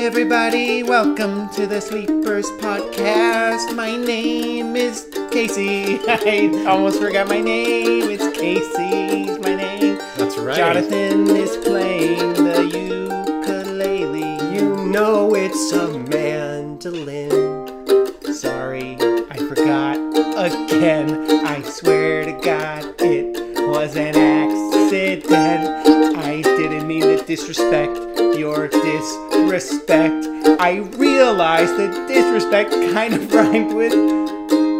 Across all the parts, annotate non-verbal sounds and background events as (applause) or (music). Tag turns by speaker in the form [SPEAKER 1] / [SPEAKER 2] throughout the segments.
[SPEAKER 1] everybody, welcome to the Sleepers Podcast. My name is Casey. (laughs) I almost forgot my name. It's Casey. It's My name.
[SPEAKER 2] That's right.
[SPEAKER 1] Jonathan is playing the ukulele.
[SPEAKER 2] You know it's a mandolin.
[SPEAKER 1] Sorry, I forgot again. I swear to God, it was an accident. I didn't mean to disrespect your disrespect. I realized that disrespect kind of (laughs) rhymed with.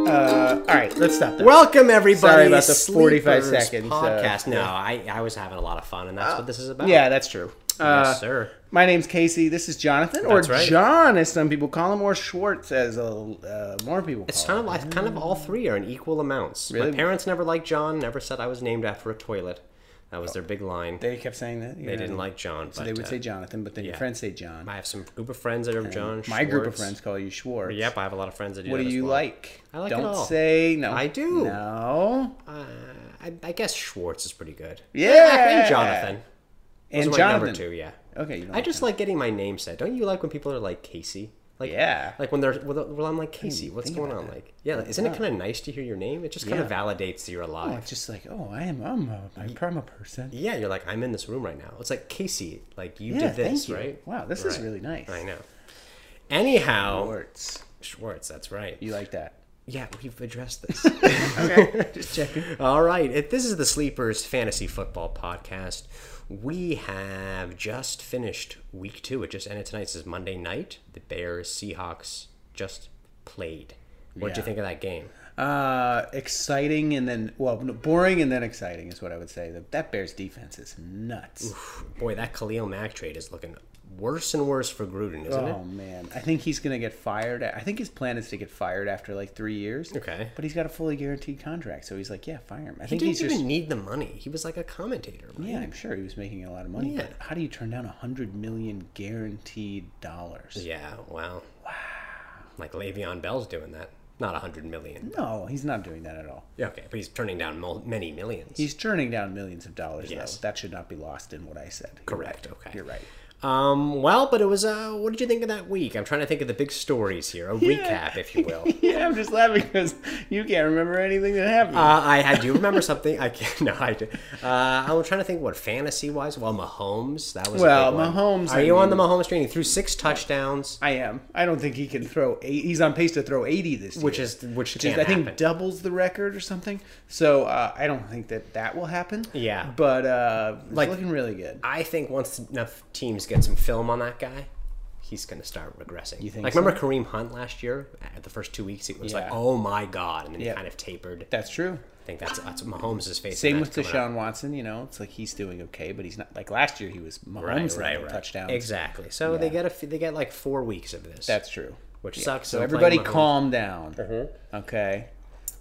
[SPEAKER 1] Uh, all right, let's stop that.
[SPEAKER 2] Welcome, everybody.
[SPEAKER 1] Sorry about
[SPEAKER 2] to
[SPEAKER 1] the 45
[SPEAKER 2] Sleepers
[SPEAKER 1] seconds, uh,
[SPEAKER 2] Podcast. no,
[SPEAKER 1] yeah.
[SPEAKER 2] I, I was having a lot of fun, and that's what this is about.
[SPEAKER 1] yeah, that's true. Uh,
[SPEAKER 2] yes, sir.
[SPEAKER 1] My name's Casey. This is Jonathan, or
[SPEAKER 2] That's right.
[SPEAKER 1] John, as some people call him, or Schwartz, as uh, uh, more people
[SPEAKER 2] It's
[SPEAKER 1] call
[SPEAKER 2] kind of like kind of all three are in equal amounts.
[SPEAKER 1] Really?
[SPEAKER 2] My parents never liked John. Never said I was named after a toilet. That was their big line.
[SPEAKER 1] him. They kept saying that.
[SPEAKER 2] They didn't like John. But,
[SPEAKER 1] So they would
[SPEAKER 2] uh,
[SPEAKER 1] say Jonathan, but then your
[SPEAKER 2] yeah.
[SPEAKER 1] friends say John.
[SPEAKER 2] I have some group of friends that are John.
[SPEAKER 1] My group of
[SPEAKER 2] Schwartz.
[SPEAKER 1] friends call you Schwartz.
[SPEAKER 2] Yep, I have a lot of friends that do.
[SPEAKER 1] What
[SPEAKER 2] that
[SPEAKER 1] do
[SPEAKER 2] as
[SPEAKER 1] you
[SPEAKER 2] well.
[SPEAKER 1] like?
[SPEAKER 2] I like it
[SPEAKER 1] Don't
[SPEAKER 2] all.
[SPEAKER 1] say no.
[SPEAKER 2] I do.
[SPEAKER 1] No.
[SPEAKER 2] Uh, I, I guess Schwartz is pretty good.
[SPEAKER 1] Yeah.
[SPEAKER 2] and Jonathan. Those
[SPEAKER 1] And
[SPEAKER 2] are my
[SPEAKER 1] Jonathan.
[SPEAKER 2] number two. Yeah.
[SPEAKER 1] Okay. You don't
[SPEAKER 2] I just like getting my name said. Don't you like when people are like Casey? Like
[SPEAKER 1] Yeah.
[SPEAKER 2] Like when they're well, well I'm like Casey. What's
[SPEAKER 1] think
[SPEAKER 2] going
[SPEAKER 1] about
[SPEAKER 2] on? Like yeah, isn't it kind of nice to hear your name? It just kind of validates that you're
[SPEAKER 1] Oh,
[SPEAKER 2] alive.
[SPEAKER 1] it's just like, oh, I am. I'm a, I'm a person.
[SPEAKER 2] yeah, you're like I'm in this room right now. It's like Casey. Like you
[SPEAKER 1] yeah.
[SPEAKER 2] did this
[SPEAKER 1] thank you.
[SPEAKER 2] right.
[SPEAKER 1] Wow. This is
[SPEAKER 2] Right.
[SPEAKER 1] really nice.
[SPEAKER 2] I know. Anyhow,
[SPEAKER 1] Schwartz.
[SPEAKER 2] Schwartz. That's right.
[SPEAKER 1] You like that?
[SPEAKER 2] Yeah, we've addressed this.
[SPEAKER 1] (laughs) Okay. just checking.
[SPEAKER 2] All right. If this is the Sleepers Fantasy Football Podcast. We have just finished week two. It just ended tonight. This is Monday night. The Bears Seahawks just played. What did you
[SPEAKER 1] Yeah.
[SPEAKER 2] think of that game?
[SPEAKER 1] Uh, exciting and then well, no, boring and then exciting is what I would say. That that Bears defense is nuts.
[SPEAKER 2] Boy, that Khalil Mack trade is looking worse and worse for Gruden, isn't
[SPEAKER 1] Oh man, I think he's gonna get fired. I think his plan is to get fired after like three years.
[SPEAKER 2] Okay.
[SPEAKER 1] but he's got a fully guaranteed contract, so he's like, yeah, fire him. I
[SPEAKER 2] it? He
[SPEAKER 1] think
[SPEAKER 2] didn't
[SPEAKER 1] he's
[SPEAKER 2] even
[SPEAKER 1] just
[SPEAKER 2] need the money. He was like a commentator. right?
[SPEAKER 1] yeah, I'm sure he was making a lot of money.
[SPEAKER 2] Yeah.
[SPEAKER 1] But how do you turn down a hundred million guaranteed dollars?
[SPEAKER 2] Yeah. Wow. Wow. Like Le'Veon Bell's doing that. Not a hundred million.
[SPEAKER 1] No, he's not doing that at all.
[SPEAKER 2] Yeah. Okay, but he's turning down mul- many millions.
[SPEAKER 1] He's turning down millions of dollars.
[SPEAKER 2] Yes.
[SPEAKER 1] though. that should not be lost in what I said. You're
[SPEAKER 2] Correct.
[SPEAKER 1] right.
[SPEAKER 2] Okay.
[SPEAKER 1] You're right.
[SPEAKER 2] Um, well, but it was. Uh, what did you think of that week? I'm trying to think of the big stories here, a recap, if you will.
[SPEAKER 1] (laughs) yeah, I'm just laughing because you can't remember anything that happened.
[SPEAKER 2] Uh, I, I do remember something. I can't. (laughs) No, I do. Uh, I'm trying to think what fantasy wise. Well, Mahomes. That was a
[SPEAKER 1] Well,
[SPEAKER 2] big one.
[SPEAKER 1] Mahomes,
[SPEAKER 2] Are
[SPEAKER 1] I
[SPEAKER 2] you on the
[SPEAKER 1] mean-
[SPEAKER 2] Mahomes train? He threw six touchdowns,
[SPEAKER 1] I am. I don't think he can throw eight. He's on pace to throw 80 this year.
[SPEAKER 2] which is which
[SPEAKER 1] which
[SPEAKER 2] can't
[SPEAKER 1] is, I think
[SPEAKER 2] happen.
[SPEAKER 1] doubles the record or something. So uh, I don't think that that will happen.
[SPEAKER 2] Yeah.
[SPEAKER 1] but uh, it's
[SPEAKER 2] Like-
[SPEAKER 1] looking really good.
[SPEAKER 2] I think once enough teams get some film on that guy, he's going to start regressing. You
[SPEAKER 1] think
[SPEAKER 2] Like
[SPEAKER 1] so?
[SPEAKER 2] remember Kareem Hunt last year? At the first two weeks, it was like,
[SPEAKER 1] Yeah.
[SPEAKER 2] oh my god, and then
[SPEAKER 1] Yeah.
[SPEAKER 2] he kind of tapered.
[SPEAKER 1] That's true.
[SPEAKER 2] I think that's that's Mahomes' face.
[SPEAKER 1] Same with Deshaun Watson. You know, it's like he's doing okay, but he's not like last year. He was Mahomes
[SPEAKER 2] right,
[SPEAKER 1] level
[SPEAKER 2] right, right.
[SPEAKER 1] touchdowns.
[SPEAKER 2] Exactly. So they get a f- they get like four weeks of this,
[SPEAKER 1] That's true.
[SPEAKER 2] which sucks.
[SPEAKER 1] So
[SPEAKER 2] They're
[SPEAKER 1] everybody,
[SPEAKER 2] playing Mahomes.
[SPEAKER 1] calm down.
[SPEAKER 2] Mm-hmm.
[SPEAKER 1] Okay.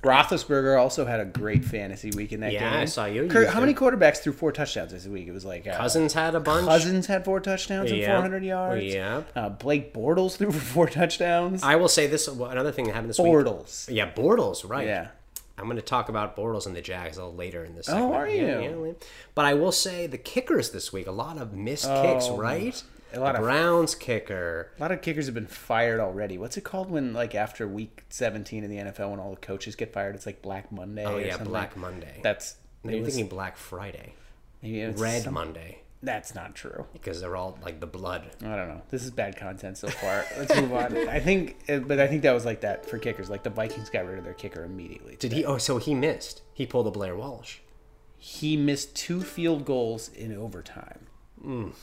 [SPEAKER 1] Roethlisberger also had a great fantasy week in that
[SPEAKER 2] Yeah,
[SPEAKER 1] game.
[SPEAKER 2] I saw you
[SPEAKER 1] Kurt,
[SPEAKER 2] used
[SPEAKER 1] how
[SPEAKER 2] him.
[SPEAKER 1] many quarterbacks threw four touchdowns this week? It was like uh,
[SPEAKER 2] Cousins had a bunch.
[SPEAKER 1] Cousins had four touchdowns and
[SPEAKER 2] Yep.
[SPEAKER 1] 400 yards.
[SPEAKER 2] Yep.
[SPEAKER 1] Uh, Blake Bortles threw (laughs) for four touchdowns.
[SPEAKER 2] I will say this well, another thing that happened this
[SPEAKER 1] Bortles.
[SPEAKER 2] week. Yeah, Bortles, right.
[SPEAKER 1] Yeah. Oh,
[SPEAKER 2] I'm going to talk about Bortles and the Jags a little later in this segment.
[SPEAKER 1] are
[SPEAKER 2] Yeah,
[SPEAKER 1] you?
[SPEAKER 2] yeah, we- But I will say the kickers this week, a lot of missed kicks, right?
[SPEAKER 1] Oh, a lot
[SPEAKER 2] the
[SPEAKER 1] of-
[SPEAKER 2] Browns kicker.
[SPEAKER 1] A lot of kickers have been fired already. What's it called when, like, after week 17 in the NFL, when all the coaches get fired? It's like Black Monday.
[SPEAKER 2] Oh,
[SPEAKER 1] or
[SPEAKER 2] yeah,
[SPEAKER 1] something.
[SPEAKER 2] Black Monday.
[SPEAKER 1] That's
[SPEAKER 2] Maybe I'm thinking Black Friday.
[SPEAKER 1] maybe it's
[SPEAKER 2] Red
[SPEAKER 1] some-
[SPEAKER 2] Monday.
[SPEAKER 1] That's not true.
[SPEAKER 2] Because they're all like the blood.
[SPEAKER 1] I don't know. This is bad content so far. Let's move on. I think, uh, but I think that was like that for kickers. Like the Vikings got rid of their kicker immediately.
[SPEAKER 2] Did he? Oh, so he missed. He pulled a Blair Walsh.
[SPEAKER 1] He missed two field goals in overtime.
[SPEAKER 2] Oh.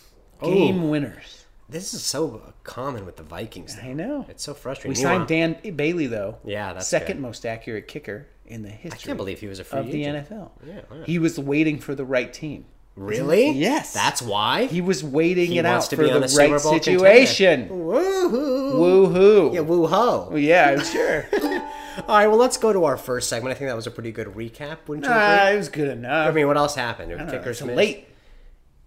[SPEAKER 1] Game winners.
[SPEAKER 2] This is so common with the Vikings. though.
[SPEAKER 1] I know.
[SPEAKER 2] It's so frustrating.
[SPEAKER 1] We
[SPEAKER 2] You
[SPEAKER 1] signed
[SPEAKER 2] want-
[SPEAKER 1] Dan Bailey though.
[SPEAKER 2] Yeah, that's
[SPEAKER 1] second
[SPEAKER 2] good.
[SPEAKER 1] most accurate kicker in the
[SPEAKER 2] I
[SPEAKER 1] history
[SPEAKER 2] can't believe he was a free
[SPEAKER 1] of the
[SPEAKER 2] agent.
[SPEAKER 1] NFL.
[SPEAKER 2] Yeah, all right.
[SPEAKER 1] He was waiting for the right team.
[SPEAKER 2] Really?
[SPEAKER 1] Yes.
[SPEAKER 2] That's why.
[SPEAKER 1] He was waiting
[SPEAKER 2] He
[SPEAKER 1] it
[SPEAKER 2] wants
[SPEAKER 1] out
[SPEAKER 2] to
[SPEAKER 1] for
[SPEAKER 2] be on
[SPEAKER 1] the
[SPEAKER 2] a Super
[SPEAKER 1] right
[SPEAKER 2] Bowl contender.
[SPEAKER 1] situation.
[SPEAKER 2] Woohoo!
[SPEAKER 1] Woohoo!
[SPEAKER 2] Yeah, woo ho!
[SPEAKER 1] Well, yeah, I'm
[SPEAKER 2] (laughs)
[SPEAKER 1] sure.
[SPEAKER 2] All right, well, let's go to our first segment. I think that was a pretty good recap, wouldn't you agree?
[SPEAKER 1] ah, it was good enough.
[SPEAKER 2] I mean, what else happened? Kickers
[SPEAKER 1] it's
[SPEAKER 2] missed.
[SPEAKER 1] late.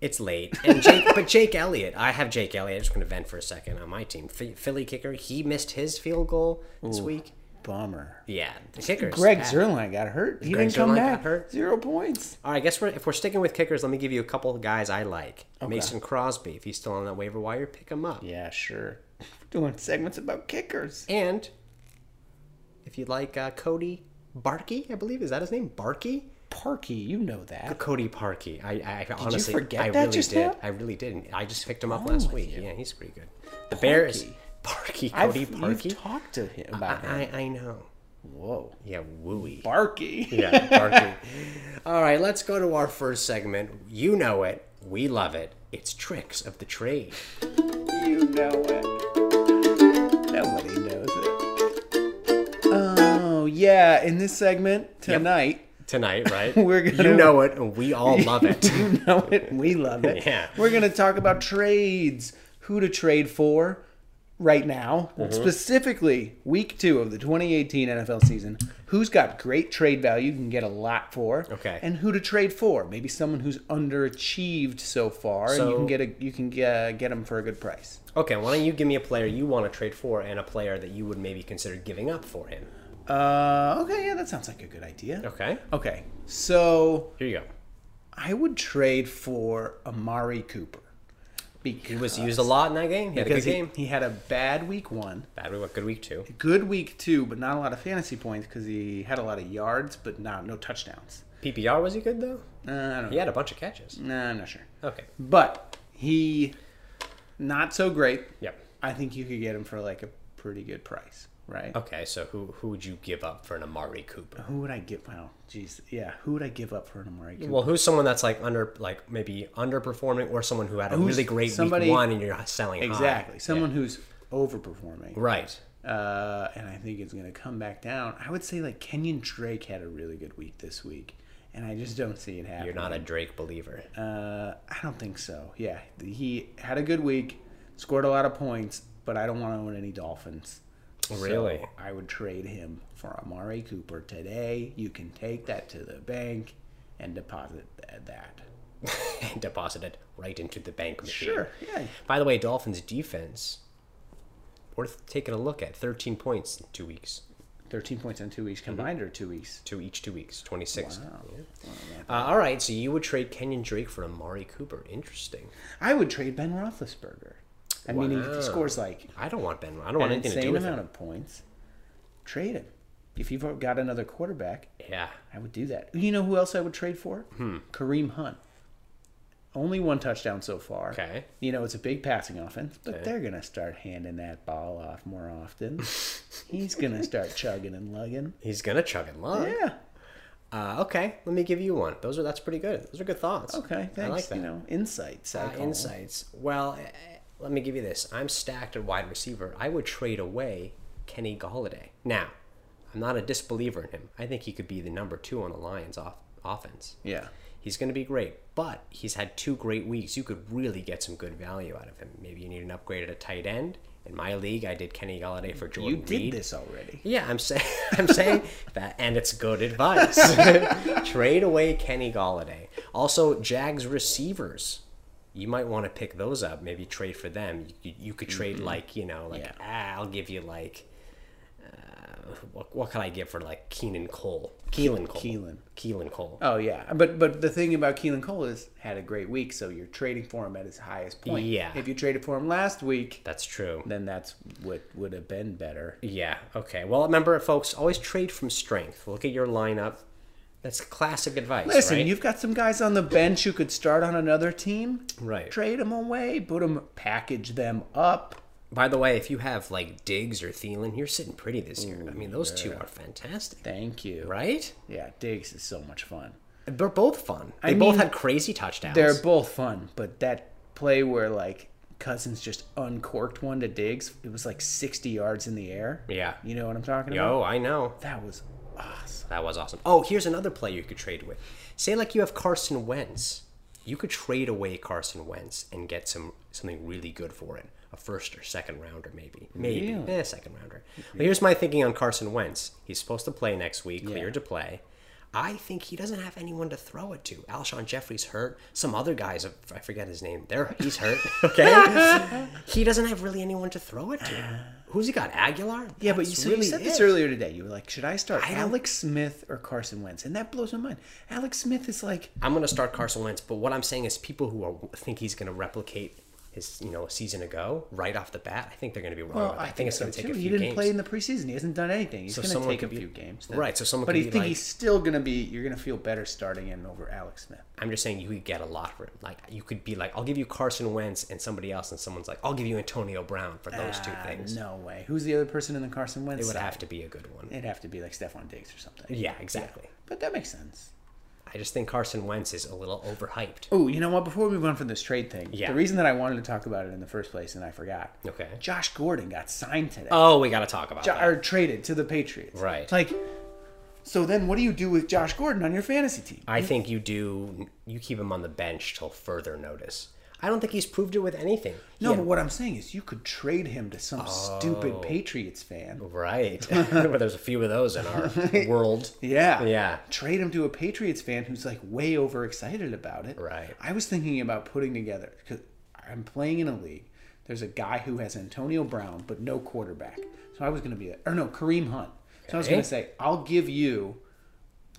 [SPEAKER 2] It's late. And Jake, (laughs) but Jake Elliott, I have Jake Elliott. I'm just going to vent for a second on my team. Ph- Philly kicker, he missed his field goal this week.
[SPEAKER 1] Bummer.
[SPEAKER 2] Yeah, the kickers.
[SPEAKER 1] Greg
[SPEAKER 2] bad.
[SPEAKER 1] Zerline got hurt. He
[SPEAKER 2] Greg
[SPEAKER 1] didn't come
[SPEAKER 2] Zuerlein
[SPEAKER 1] back.
[SPEAKER 2] got hurt.
[SPEAKER 1] Zero points.
[SPEAKER 2] All right, I guess we're, if we're sticking with kickers, let me give you a couple of guys I like. Mason Crosby, if he's still on that waiver wire, pick him up.
[SPEAKER 1] Yeah, sure. doing segments about kickers.
[SPEAKER 2] And if you like uh, Cody Barkey, I believe is that his name, Barkey.
[SPEAKER 1] Parky, you know that.
[SPEAKER 2] Cody Parkey. I, I honestly,
[SPEAKER 1] forget
[SPEAKER 2] I
[SPEAKER 1] that
[SPEAKER 2] really
[SPEAKER 1] just
[SPEAKER 2] did.
[SPEAKER 1] now?
[SPEAKER 2] I really didn't. I just picked him up
[SPEAKER 1] wrong
[SPEAKER 2] last
[SPEAKER 1] with
[SPEAKER 2] week.
[SPEAKER 1] you?
[SPEAKER 2] Yeah, he's pretty good. The bear is
[SPEAKER 1] Parkey.
[SPEAKER 2] Barkey.
[SPEAKER 1] I've
[SPEAKER 2] Cody Parkey. Uh,
[SPEAKER 1] you've talked to him
[SPEAKER 2] I,
[SPEAKER 1] about him.
[SPEAKER 2] I I know.
[SPEAKER 1] Whoa,
[SPEAKER 2] Yeah, wooey.
[SPEAKER 1] Barky.
[SPEAKER 2] yeah, Barkey. (laughs) All right, let's go to our first segment. You know it. We love it. It's tricks of the trade.
[SPEAKER 1] (laughs) You know it. Nobody knows it. Oh yeah, in this segment tonight, (laughs)
[SPEAKER 2] Tonight, right?
[SPEAKER 1] We're gonna-
[SPEAKER 2] You know it, and we
[SPEAKER 1] (laughs)
[SPEAKER 2] all love it.
[SPEAKER 1] you know it, we love it.
[SPEAKER 2] Yeah.
[SPEAKER 1] We're gonna talk about trades, who to trade for right now,
[SPEAKER 2] Mm-hmm.
[SPEAKER 1] specifically week two of the 2018 NFL season. Who's got great trade value, you can get a lot for.
[SPEAKER 2] Okay.
[SPEAKER 1] And who to trade for? Maybe someone who's underachieved so far, and you
[SPEAKER 2] So-
[SPEAKER 1] can get a you can get, uh, get them for a good price.
[SPEAKER 2] Okay, why don't you give me a player you want to trade for and a player that you would maybe consider giving up for him?
[SPEAKER 1] Uh, okay, yeah, that sounds like a good idea.
[SPEAKER 2] Okay,
[SPEAKER 1] Okay, so
[SPEAKER 2] here you go.
[SPEAKER 1] I would trade for Amari Cooper because,
[SPEAKER 2] He was used a lot in that game. He had a good
[SPEAKER 1] Uh, because he,
[SPEAKER 2] game.
[SPEAKER 1] he had a bad week one,
[SPEAKER 2] Bad week, good week too.
[SPEAKER 1] good week two, but not a lot of fantasy points because he had a lot of yards, but not no touchdowns.
[SPEAKER 2] PPR was he good though?
[SPEAKER 1] Uh, I don't
[SPEAKER 2] He had a bunch of catches.
[SPEAKER 1] know. Nah, I'm not sure,
[SPEAKER 2] Okay.
[SPEAKER 1] but he not so great.
[SPEAKER 2] Yep.
[SPEAKER 1] I think you could get him for like a pretty good price, right?
[SPEAKER 2] Okay, so who who would you give up for an Amari Cooper?
[SPEAKER 1] Who would I give? Well, jeez, yeah, who would I give up for an Amari Cooper?
[SPEAKER 2] Well, who's someone that's like under like maybe underperforming or someone who had a
[SPEAKER 1] Who's
[SPEAKER 2] really great
[SPEAKER 1] somebody-
[SPEAKER 2] week one and you're selling high?
[SPEAKER 1] Exactly. Someone who's overperforming.
[SPEAKER 2] Right.
[SPEAKER 1] Uh, and I think it's going to come back down. I would say, like, Kenyon Drake had a really good week this week. And I just don't see it happening.
[SPEAKER 2] You're not a Drake believer. (laughs)
[SPEAKER 1] Uh, I don't think so. Yeah. He had a good week, scored a lot of points, but I don't want to own any Dolphins. So
[SPEAKER 2] Oh, Really?
[SPEAKER 1] I would trade him for Amari Cooper today. You can take that to the bank and deposit th- that.
[SPEAKER 2] Deposited right into the bank machine.
[SPEAKER 1] Sure. Yeah.
[SPEAKER 2] By the way, Dolphins defense worth taking a look at. Thirteen points in two weeks,
[SPEAKER 1] 13 points in two weeks combined
[SPEAKER 2] Mm-hmm.
[SPEAKER 1] or two weeks? Oh.
[SPEAKER 2] two each two weeks, twenty six. Uh, all right, so you would trade Kenyon Drake for Amari Cooper. Interesting.
[SPEAKER 1] I would trade Ben Roethlisberger. I mean, if
[SPEAKER 2] Wow.
[SPEAKER 1] he scores like
[SPEAKER 2] I don't want Ben. I don't
[SPEAKER 1] an
[SPEAKER 2] want anything to do
[SPEAKER 1] insane
[SPEAKER 2] with
[SPEAKER 1] amount
[SPEAKER 2] him.
[SPEAKER 1] of points, trade him. If you've got another quarterback,
[SPEAKER 2] Yeah.
[SPEAKER 1] I would do that. You know who else I would trade for?
[SPEAKER 2] Hmm.
[SPEAKER 1] Kareem Hunt. Only one touchdown so far.
[SPEAKER 2] Okay.
[SPEAKER 1] You know, it's a big passing offense, but they're going to start handing that ball off more often. He's going to
[SPEAKER 2] (laughs)
[SPEAKER 1] start chugging and lugging.
[SPEAKER 2] He's gonna chug and lug.
[SPEAKER 1] Yeah.
[SPEAKER 2] Uh, okay, let me give you one. Those are that's pretty good. Those are good thoughts.
[SPEAKER 1] Okay. Thanks.
[SPEAKER 2] I like that.
[SPEAKER 1] You know, insights. I
[SPEAKER 2] Uh,
[SPEAKER 1] call 'em.
[SPEAKER 2] insights. Well, eh, eh, let me give you this. I'm stacked at wide receiver. I would trade away Kenny Galladay. Now, I'm not a disbeliever in him. I think he could be the number two on the Lions off- offense.
[SPEAKER 1] Yeah.
[SPEAKER 2] He's going to be great, but he's had two great weeks. You could really get some good value out of him. Maybe you need an upgrade at a tight end. In my league, I did Kenny Galladay for Jordan
[SPEAKER 1] You did
[SPEAKER 2] Reed.
[SPEAKER 1] this already.
[SPEAKER 2] Yeah, I'm saying (laughs) I'm saying that, and it's
[SPEAKER 1] (laughs)
[SPEAKER 2] good advice. Trade away Kenny Galladay. Also, Jags receivers. You might want to pick those up. Maybe trade for them. You, you could trade like you know, like
[SPEAKER 1] Mm-hmm. Yeah.
[SPEAKER 2] ah, I'll give you like. Uh, what, what could I give for like Keenan Cole? Keelan Cole.
[SPEAKER 1] Keelan.
[SPEAKER 2] Keelan Cole.
[SPEAKER 1] Oh yeah, but but the thing about Keelan Cole is had a great week, so you're trading for him at his highest point.
[SPEAKER 2] Yeah.
[SPEAKER 1] If you traded for him last week,
[SPEAKER 2] That's true.
[SPEAKER 1] then that's what would have been better.
[SPEAKER 2] Yeah. Okay. Well, remember, folks, always trade from strength. Look at your lineup. That's classic advice.
[SPEAKER 1] Listen,
[SPEAKER 2] right?
[SPEAKER 1] you've got some guys on the bench who could start on another team.
[SPEAKER 2] Right.
[SPEAKER 1] Trade them away, put them, package them up.
[SPEAKER 2] By the way, if you have like Diggs or Thielen, you're sitting pretty this year. I mean, those two are fantastic,
[SPEAKER 1] Thank you.
[SPEAKER 2] right?
[SPEAKER 1] Yeah, Diggs is so much fun.
[SPEAKER 2] They're both fun. They both
[SPEAKER 1] mean,
[SPEAKER 2] had crazy touchdowns.
[SPEAKER 1] They're both fun, but that play where like Cousins just uncorked one to Diggs, it was like 60 yards in the air.
[SPEAKER 2] Yeah.
[SPEAKER 1] You know what I'm talking about?
[SPEAKER 2] Oh, I know.
[SPEAKER 1] That was awesome.
[SPEAKER 2] That was awesome. Oh, here's another player you could trade with. Say like you have Carson Wentz. You could trade away Carson Wentz and get some something really good for it. A first or second rounder, maybe. Maybe.
[SPEAKER 1] Really?
[SPEAKER 2] Eh, second rounder. But here's my thinking on Carson Wentz. He's supposed to play next week, cleared to play. I think he doesn't have anyone to throw it to. Alshon Jeffrey's hurt. Some other guys, I forget his name. There,
[SPEAKER 1] (laughs)
[SPEAKER 2] he's hurt. Okay, he doesn't have really anyone to throw it to. Who's he got? Aguilar.
[SPEAKER 1] Yeah, but you,
[SPEAKER 2] That's
[SPEAKER 1] so you
[SPEAKER 2] really
[SPEAKER 1] said
[SPEAKER 2] it.
[SPEAKER 1] this earlier today. You were like, should I start
[SPEAKER 2] I don't-
[SPEAKER 1] Alex Smith or Carson Wentz? And that blows my mind. Alex Smith is like,
[SPEAKER 2] I'm going to start Carson Wentz, but what I'm saying is people who are, think he's going to replicate his you know season ago right off the bat. I think they're going to be wrong.
[SPEAKER 1] Well,
[SPEAKER 2] about that. I, think it's
[SPEAKER 1] so
[SPEAKER 2] going to take
[SPEAKER 1] too.
[SPEAKER 2] a few
[SPEAKER 1] He didn't
[SPEAKER 2] games.
[SPEAKER 1] play in the preseason. He hasn't done anything. He's
[SPEAKER 2] So
[SPEAKER 1] going to
[SPEAKER 2] someone
[SPEAKER 1] take a
[SPEAKER 2] could be-
[SPEAKER 1] few games.
[SPEAKER 2] right, so someone
[SPEAKER 1] But
[SPEAKER 2] could
[SPEAKER 1] I
[SPEAKER 2] be
[SPEAKER 1] think
[SPEAKER 2] like-
[SPEAKER 1] he's still going to be. You're going to feel better starting in over Alex Smith.
[SPEAKER 2] I'm just saying you could get a lot for him. Like you could be like, I'll give you Carson Wentz and somebody else, and someone's like, I'll give you Antonio Brown for those two
[SPEAKER 1] Ah,
[SPEAKER 2] things.
[SPEAKER 1] No way. Who's the other person in the Carson Wentz?
[SPEAKER 2] It would
[SPEAKER 1] side?
[SPEAKER 2] have to be a good one.
[SPEAKER 1] It'd have to be like Stephon Diggs or something.
[SPEAKER 2] Yeah, exactly.
[SPEAKER 1] But that makes sense.
[SPEAKER 2] I just think Carson Wentz is a little overhyped.
[SPEAKER 1] Oh, you know what? Before we move on from this trade thing,
[SPEAKER 2] Yeah.
[SPEAKER 1] the reason that I wanted to talk about it in the first place and I forgot.
[SPEAKER 2] Okay.
[SPEAKER 1] Josh Gordon got signed today.
[SPEAKER 2] Oh, we got to talk about
[SPEAKER 1] Jo-
[SPEAKER 2] that.
[SPEAKER 1] or traded to the Patriots.
[SPEAKER 2] Right.
[SPEAKER 1] It's like, so then what do you do with Josh Gordon on your fantasy team?
[SPEAKER 2] I think you do. You keep him on the bench till further notice. I don't think he's proved it with anything. He
[SPEAKER 1] No,
[SPEAKER 2] had-
[SPEAKER 1] but what I'm saying is you could trade him to some
[SPEAKER 2] Oh.
[SPEAKER 1] stupid Patriots fan. (laughs)
[SPEAKER 2] Right. well, there's a few of those in our world.
[SPEAKER 1] Yeah.
[SPEAKER 2] Yeah.
[SPEAKER 1] Trade him to a Patriots fan who's like way overexcited about it.
[SPEAKER 2] Right.
[SPEAKER 1] I was thinking about putting together because I'm playing in a league. There's a guy who has Antonio Brown but no quarterback. So I was going to be that, or no Kareem Hunt. So I was
[SPEAKER 2] Okay.
[SPEAKER 1] going to say I'll give you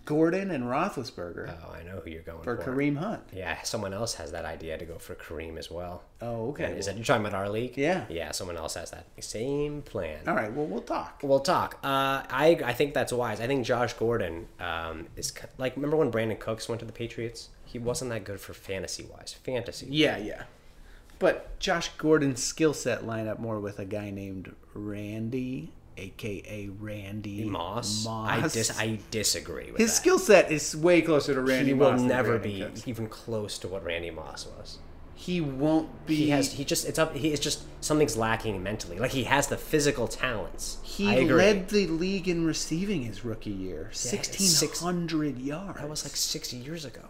[SPEAKER 1] Gordon and Roethlisberger
[SPEAKER 2] Oh, I know who you're going
[SPEAKER 1] for
[SPEAKER 2] for.
[SPEAKER 1] Kareem Hunt.
[SPEAKER 2] Yeah, someone else has that idea to go for Kareem as well.
[SPEAKER 1] Oh, okay.
[SPEAKER 2] Is that you're talking about our league?
[SPEAKER 1] Yeah.
[SPEAKER 2] Yeah, someone else has that same plan.
[SPEAKER 1] All right. Well, we'll talk.
[SPEAKER 2] We'll talk. Uh, I I think that's wise. I think Josh Gordon um, is ki- like remember when Brandon Cooks went to the Patriots? He wasn't that good for fantasy wise. Fantasy.
[SPEAKER 1] Yeah, yeah. But Josh Gordon's skill set line up more with a guy named Randy, aka Randy
[SPEAKER 2] Moss. I
[SPEAKER 1] Moss.
[SPEAKER 2] dis- I disagree with
[SPEAKER 1] His
[SPEAKER 2] that.
[SPEAKER 1] skill set is way closer to Randy
[SPEAKER 2] He
[SPEAKER 1] Moss
[SPEAKER 2] will
[SPEAKER 1] than
[SPEAKER 2] never
[SPEAKER 1] Brandon
[SPEAKER 2] be
[SPEAKER 1] Cooks.
[SPEAKER 2] even close to what Randy Moss was.
[SPEAKER 1] He won't be.
[SPEAKER 2] He has he just it's up he is just something's lacking mentally. Like he has the physical talents.
[SPEAKER 1] He
[SPEAKER 2] I agree.
[SPEAKER 1] led the league in receiving his rookie year, sixteen hundred yards.
[SPEAKER 2] that was like six years ago.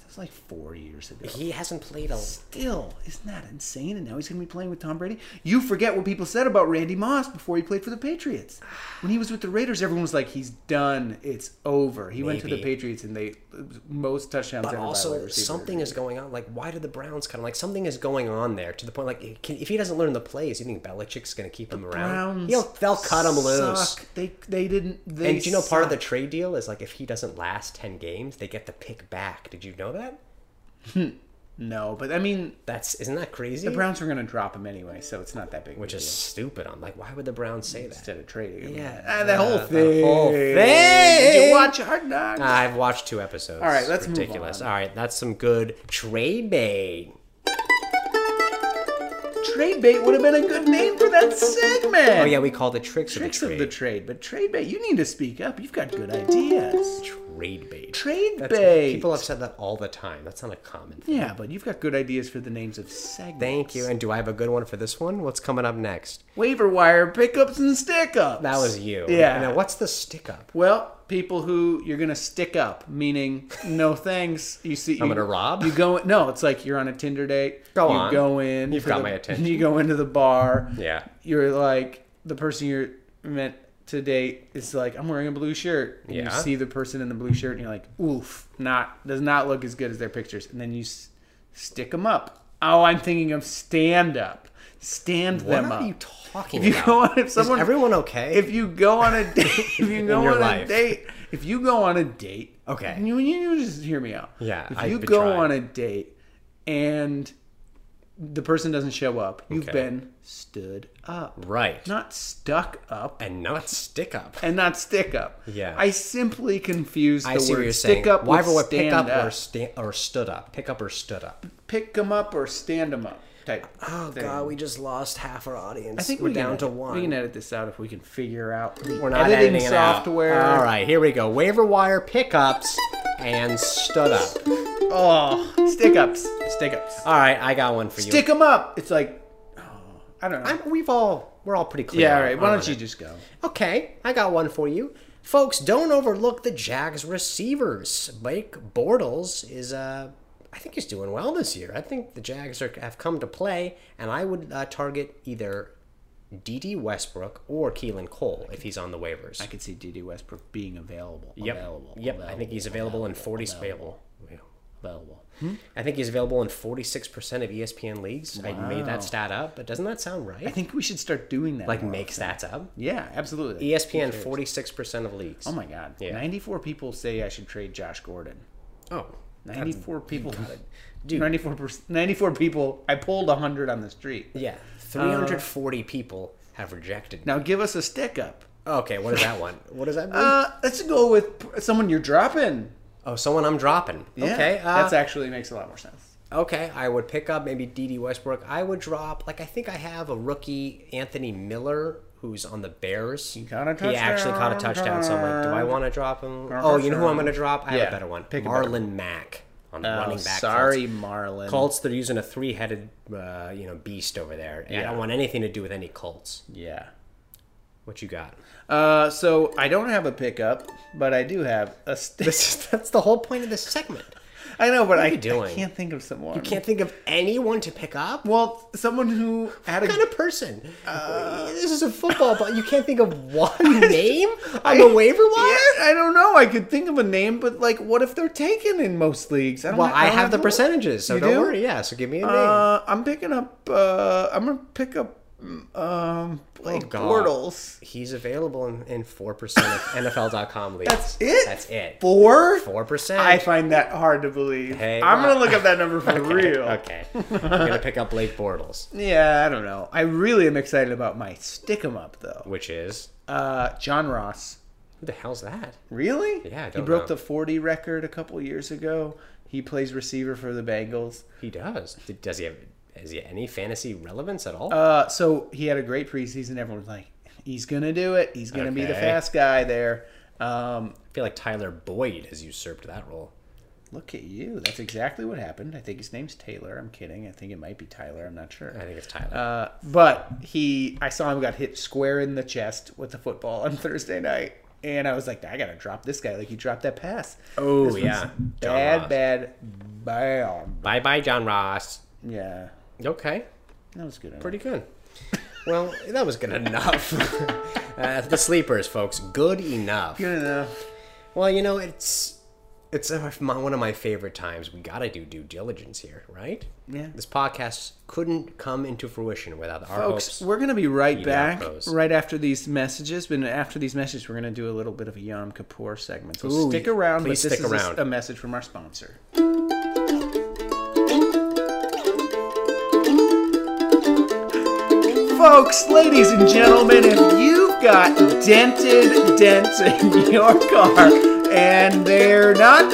[SPEAKER 1] that's like four years ago.
[SPEAKER 2] He hasn't played a
[SPEAKER 1] Still, isn't that insane? And now he's going to be playing with Tom Brady. You forget what people said about Randy Moss before he played for the Patriots. When he was with the Raiders, everyone was like, "He's done. It's over." He went to the
[SPEAKER 2] Maybe.
[SPEAKER 1] Patriots, and they most touchdowns.
[SPEAKER 2] But
[SPEAKER 1] ever by wide
[SPEAKER 2] also,
[SPEAKER 1] receiver.
[SPEAKER 2] something is going on. Like, why do the Browns kind of like something is going on there to the point like it can, if he doesn't learn the plays, you think Belichick's going to keep him around?
[SPEAKER 1] Browns
[SPEAKER 2] He'll they'll cut him loose.
[SPEAKER 1] suck. They they didn't. They
[SPEAKER 2] And do you know part of the
[SPEAKER 1] suck.
[SPEAKER 2] trade deal is like if he doesn't last ten games, they get the pick back. Did you know that?
[SPEAKER 1] no, but I mean,
[SPEAKER 2] That's isn't that crazy?
[SPEAKER 1] the Browns were going to drop him anyway, so it's not that big.
[SPEAKER 2] Which is stupid. I'm like, why would the Browns say that?
[SPEAKER 1] instead of trading him.
[SPEAKER 2] Yeah,
[SPEAKER 1] Ah, the whole
[SPEAKER 2] the
[SPEAKER 1] thing.
[SPEAKER 2] whole thing. Ah.
[SPEAKER 1] Did you watch Hard Knocks?
[SPEAKER 2] I've watched two episodes. All
[SPEAKER 1] right, let's move
[SPEAKER 2] ridiculous.
[SPEAKER 1] on.
[SPEAKER 2] All right, that's some good trade bait.
[SPEAKER 1] trade bait would have been a good name for that segment.
[SPEAKER 2] Oh yeah, we call the tricks,
[SPEAKER 1] tricks
[SPEAKER 2] of the
[SPEAKER 1] of the
[SPEAKER 2] trade.
[SPEAKER 1] trade, but trade bait, you need to speak up. You've got good ideas.
[SPEAKER 2] trade bait.
[SPEAKER 1] Trade
[SPEAKER 2] That's-
[SPEAKER 1] bait.
[SPEAKER 2] People have said that all the time. That's not a common thing.
[SPEAKER 1] yeah, but you've got good ideas for the names of segments.
[SPEAKER 2] Thank you. And do I have a good one for this one? What's coming up next?
[SPEAKER 1] Waiver wire pickups and stick ups.
[SPEAKER 2] That was you.
[SPEAKER 1] Yeah.
[SPEAKER 2] Now, what's the stick up?
[SPEAKER 1] Well, people who you're gonna stick up, meaning no thanks. You see, you,
[SPEAKER 2] I'm gonna rob?
[SPEAKER 1] You go no, it's like you're on a Tinder date.
[SPEAKER 2] Go
[SPEAKER 1] you
[SPEAKER 2] on.
[SPEAKER 1] Go in.
[SPEAKER 2] You've
[SPEAKER 1] for
[SPEAKER 2] got
[SPEAKER 1] (laughs) the-
[SPEAKER 2] my attention.
[SPEAKER 1] You go into the bar.
[SPEAKER 2] Yeah.
[SPEAKER 1] You're like the person you're meant to date is like I'm wearing a blue shirt. And You
[SPEAKER 2] Yeah.
[SPEAKER 1] see the person in the blue shirt and you're like, oof, not does not look as good as their pictures. And then you s- stick them up. Oh, I'm thinking of stand up. Stand
[SPEAKER 2] What
[SPEAKER 1] them
[SPEAKER 2] are
[SPEAKER 1] up.
[SPEAKER 2] you talking
[SPEAKER 1] If you
[SPEAKER 2] about?
[SPEAKER 1] go on- if someone-
[SPEAKER 2] Is everyone okay?
[SPEAKER 1] If you go on a
[SPEAKER 2] (laughs)
[SPEAKER 1] date, if you go
[SPEAKER 2] your
[SPEAKER 1] on a
[SPEAKER 2] life.
[SPEAKER 1] date, if you go on a date,
[SPEAKER 2] Okay.
[SPEAKER 1] you, you just hear me out.
[SPEAKER 2] Yeah,
[SPEAKER 1] if
[SPEAKER 2] I've
[SPEAKER 1] you
[SPEAKER 2] been
[SPEAKER 1] go
[SPEAKER 2] trying.
[SPEAKER 1] on a date and the person doesn't show up, you've
[SPEAKER 2] Okay.
[SPEAKER 1] been stood up,
[SPEAKER 2] right.
[SPEAKER 1] not stuck up,
[SPEAKER 2] and not stick up.
[SPEAKER 1] and not stick up.
[SPEAKER 2] Yeah.
[SPEAKER 1] I simply confuse the
[SPEAKER 2] I see
[SPEAKER 1] word
[SPEAKER 2] what you're
[SPEAKER 1] stick
[SPEAKER 2] saying.
[SPEAKER 1] up
[SPEAKER 2] Why
[SPEAKER 1] with
[SPEAKER 2] ever what pick
[SPEAKER 1] stand
[SPEAKER 2] up,
[SPEAKER 1] up,
[SPEAKER 2] or sta- or stood up? Pick up or stood up.
[SPEAKER 1] pick them up or stand them up type. thing.
[SPEAKER 2] Oh, we just lost half our audience.
[SPEAKER 1] I think we can edit- We can edit this out if we can figure out the
[SPEAKER 2] We're not
[SPEAKER 1] editing,
[SPEAKER 2] editing it out.
[SPEAKER 1] software.
[SPEAKER 2] All right, here we go. Waiver wire pickups and stood up.
[SPEAKER 1] Oh, stick ups, stick ups.
[SPEAKER 2] All right, I got one for you.
[SPEAKER 1] Stick them up. It's like, oh, I don't know.
[SPEAKER 2] I'm, we've all we're all pretty clear.
[SPEAKER 1] yeah,
[SPEAKER 2] on-
[SPEAKER 1] all right. Why
[SPEAKER 2] on
[SPEAKER 1] don't
[SPEAKER 2] it.
[SPEAKER 1] you just go?
[SPEAKER 2] Okay, I got one for you. Folks, don't overlook the Jags receivers. Blake Bortles is, uh, I think he's doing well this year. I think the Jags are, have come to play, and I would uh, target either D.D. Westbrook or Keelan Cole if he's on the waivers.
[SPEAKER 1] I could see D.D. Westbrook being available.
[SPEAKER 2] yep,
[SPEAKER 1] Available.
[SPEAKER 2] yep. I
[SPEAKER 1] available,
[SPEAKER 2] think he's available in forty available.
[SPEAKER 1] Available.
[SPEAKER 2] I think he's available in forty-six percent of E ESPN leagues. I made that stat up, but doesn't that sound
[SPEAKER 1] I
[SPEAKER 2] right?
[SPEAKER 1] think we should start doing that.
[SPEAKER 2] Like
[SPEAKER 1] more.
[SPEAKER 2] make stats up. E
[SPEAKER 1] Yeah, absolutely.
[SPEAKER 2] ESPN forty-six percent of leagues.
[SPEAKER 1] Oh my God.
[SPEAKER 2] Yeah.
[SPEAKER 1] Ninety-four people say I should trade Josh Gordon.
[SPEAKER 2] Oh,
[SPEAKER 1] 94
[SPEAKER 2] (laughs)
[SPEAKER 1] people.
[SPEAKER 2] Dude.
[SPEAKER 1] 94, perc- 94 people. I pulled 100 on the street.
[SPEAKER 2] Yeah, 340 people have rejected.
[SPEAKER 1] Now give us a stick up.
[SPEAKER 2] Okay, what is that one? What does that mean?
[SPEAKER 1] Uh, let's go with p- someone you're dropping.
[SPEAKER 2] oh, someone I'm dropping.
[SPEAKER 1] Yeah,
[SPEAKER 2] okay, uh,
[SPEAKER 1] that's actually makes a lot more sense.
[SPEAKER 2] okay. I would pick up maybe D.D. Westbrook. I would drop like I think I have a rookie Anthony Miller who's on the Bears. He
[SPEAKER 1] caught a
[SPEAKER 2] He actually caught a
[SPEAKER 1] touchdown.
[SPEAKER 2] touchdown. So I'm like, do I want to drop him? Oh, you know who I'm going to drop? I have
[SPEAKER 1] Yeah,
[SPEAKER 2] a better one. Oh,
[SPEAKER 1] pick a better
[SPEAKER 2] Marlon Mack on the running
[SPEAKER 1] Oh,
[SPEAKER 2] back.
[SPEAKER 1] sorry, Marlon.
[SPEAKER 2] Colts, they're using a three-headed, uh, you know, beast over there. And I
[SPEAKER 1] Yeah.
[SPEAKER 2] don't want anything to do with any Colts.
[SPEAKER 1] Yeah.
[SPEAKER 2] What you got?
[SPEAKER 1] Uh, so I don't have a pickup, but I do have a stick.
[SPEAKER 2] This, that's the whole point of this segment.
[SPEAKER 1] I know, but I,
[SPEAKER 2] you
[SPEAKER 1] I
[SPEAKER 2] doing?
[SPEAKER 1] can't think of someone. You
[SPEAKER 2] Can't think of anyone to pick up. What
[SPEAKER 1] Well, someone who
[SPEAKER 2] (laughs)
[SPEAKER 1] had a
[SPEAKER 2] kind of person?
[SPEAKER 1] Uh,
[SPEAKER 2] this is a football, but you can't think of
[SPEAKER 1] (laughs)
[SPEAKER 2] one name on the waiver wire.
[SPEAKER 1] Yeah, I don't know. I could think of a name, but like, what if they're taken in most leagues? I don't
[SPEAKER 2] Well,
[SPEAKER 1] ha-
[SPEAKER 2] I
[SPEAKER 1] don't
[SPEAKER 2] have the
[SPEAKER 1] to-
[SPEAKER 2] percentages, so
[SPEAKER 1] Uh, You
[SPEAKER 2] don't
[SPEAKER 1] do?
[SPEAKER 2] worry. Yeah, so give me a name.
[SPEAKER 1] Uh, I'm picking up. Uh, I'm gonna pick up. Um, Blake
[SPEAKER 2] Oh, God.
[SPEAKER 1] Bortles.
[SPEAKER 2] He's available in- in four percent of
[SPEAKER 1] (laughs)
[SPEAKER 2] NFL.com leagues.
[SPEAKER 1] That's it?
[SPEAKER 2] That's it.
[SPEAKER 1] Four.
[SPEAKER 2] Four
[SPEAKER 1] I
[SPEAKER 2] percent.
[SPEAKER 1] find that hard to believe.
[SPEAKER 2] Hey,
[SPEAKER 1] I'm
[SPEAKER 2] well-
[SPEAKER 1] gonna look up that number for real.
[SPEAKER 2] (laughs) Okay, I'm gonna pick up Blake Bortles,
[SPEAKER 1] Yeah, I don't know. I really am excited about my stick 'em up though.
[SPEAKER 2] which is
[SPEAKER 1] Uh, John Ross.
[SPEAKER 2] who the hell's that?
[SPEAKER 1] Really?
[SPEAKER 2] Yeah, I
[SPEAKER 1] he
[SPEAKER 2] don't
[SPEAKER 1] broke
[SPEAKER 2] know.
[SPEAKER 1] the 40 record a couple years ago. He plays receiver for the Bengals.
[SPEAKER 2] He does. Does he have? Has he any fantasy relevance at all?
[SPEAKER 1] Uh, so he had a great preseason. Everyone's like, he's gonna do it. He's gonna be the
[SPEAKER 2] Okay.
[SPEAKER 1] fast guy there. Um,
[SPEAKER 2] I feel like Tyler Boyd has usurped that role.
[SPEAKER 1] look at you. That's exactly what happened. I think his name's Taylor. I'm kidding. I think it might be Tyler. I'm not sure.
[SPEAKER 2] I think it's Tyler.
[SPEAKER 1] Uh, but he, I saw him got hit square in the chest with the football on (laughs) Thursday night, and I was like, I gotta drop this guy. Like he dropped that pass.
[SPEAKER 2] Oh,
[SPEAKER 1] This one's
[SPEAKER 2] yeah. John
[SPEAKER 1] bad,
[SPEAKER 2] Ross.
[SPEAKER 1] bad, bad.
[SPEAKER 2] bye bye, John Ross.
[SPEAKER 1] Yeah,
[SPEAKER 2] Okay,
[SPEAKER 1] that was good.
[SPEAKER 2] pretty good. Well, that was
[SPEAKER 1] (laughs)
[SPEAKER 2] good enough. uh, the sleepers, folks, good enough.
[SPEAKER 1] good enough.
[SPEAKER 2] Well, you know, it's it's uh, my, one of my favorite times. We gotta do due diligence here, right?
[SPEAKER 1] Yeah.
[SPEAKER 2] This podcast couldn't come into fruition without our
[SPEAKER 1] Folks,
[SPEAKER 2] hopes.
[SPEAKER 1] we're gonna be right
[SPEAKER 2] out
[SPEAKER 1] back,
[SPEAKER 2] those.
[SPEAKER 1] right after these messages. But after these messages, we're gonna do a little bit of a Yom Kippur segment. So
[SPEAKER 2] Ooh,
[SPEAKER 1] stick around.
[SPEAKER 2] please
[SPEAKER 1] but this
[SPEAKER 2] stick
[SPEAKER 1] is a s-
[SPEAKER 2] around.
[SPEAKER 1] A, message from our sponsor. Folks, ladies and gentlemen, if you've got dented dents in (laughs) your car and they're not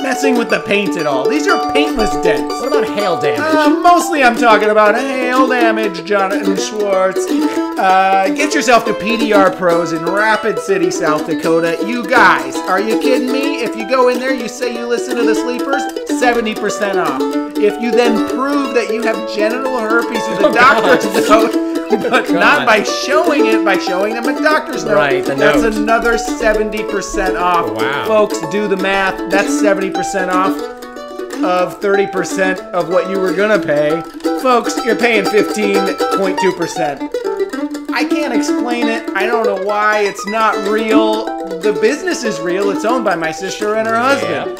[SPEAKER 1] messing with the paint at all, these are paintless dents.
[SPEAKER 2] What about hail damage?
[SPEAKER 1] (gasps) Uh, mostly I'm talking about hail damage, Jonathan Schwartz. Uh, get yourself to PDR Pros in Rapid City, South Dakota. You guys, are you kidding me? If you go in there, you say you listen to the sleepers, 70% off. If you then prove that you have genital herpes with a doctor's note, (laughs) but not
[SPEAKER 2] Oh, God.
[SPEAKER 1] by showing it, by showing them a doctor's note,
[SPEAKER 2] Right, the
[SPEAKER 1] that's
[SPEAKER 2] note.
[SPEAKER 1] another 70% off.
[SPEAKER 2] Wow.
[SPEAKER 1] Folks, do the math. That's 70% off of 30% of what you were gonna pay, folks, you're paying 15.2%. I can't explain it. I don't know why. It's not real. The business is real. It's owned by my sister and her husband.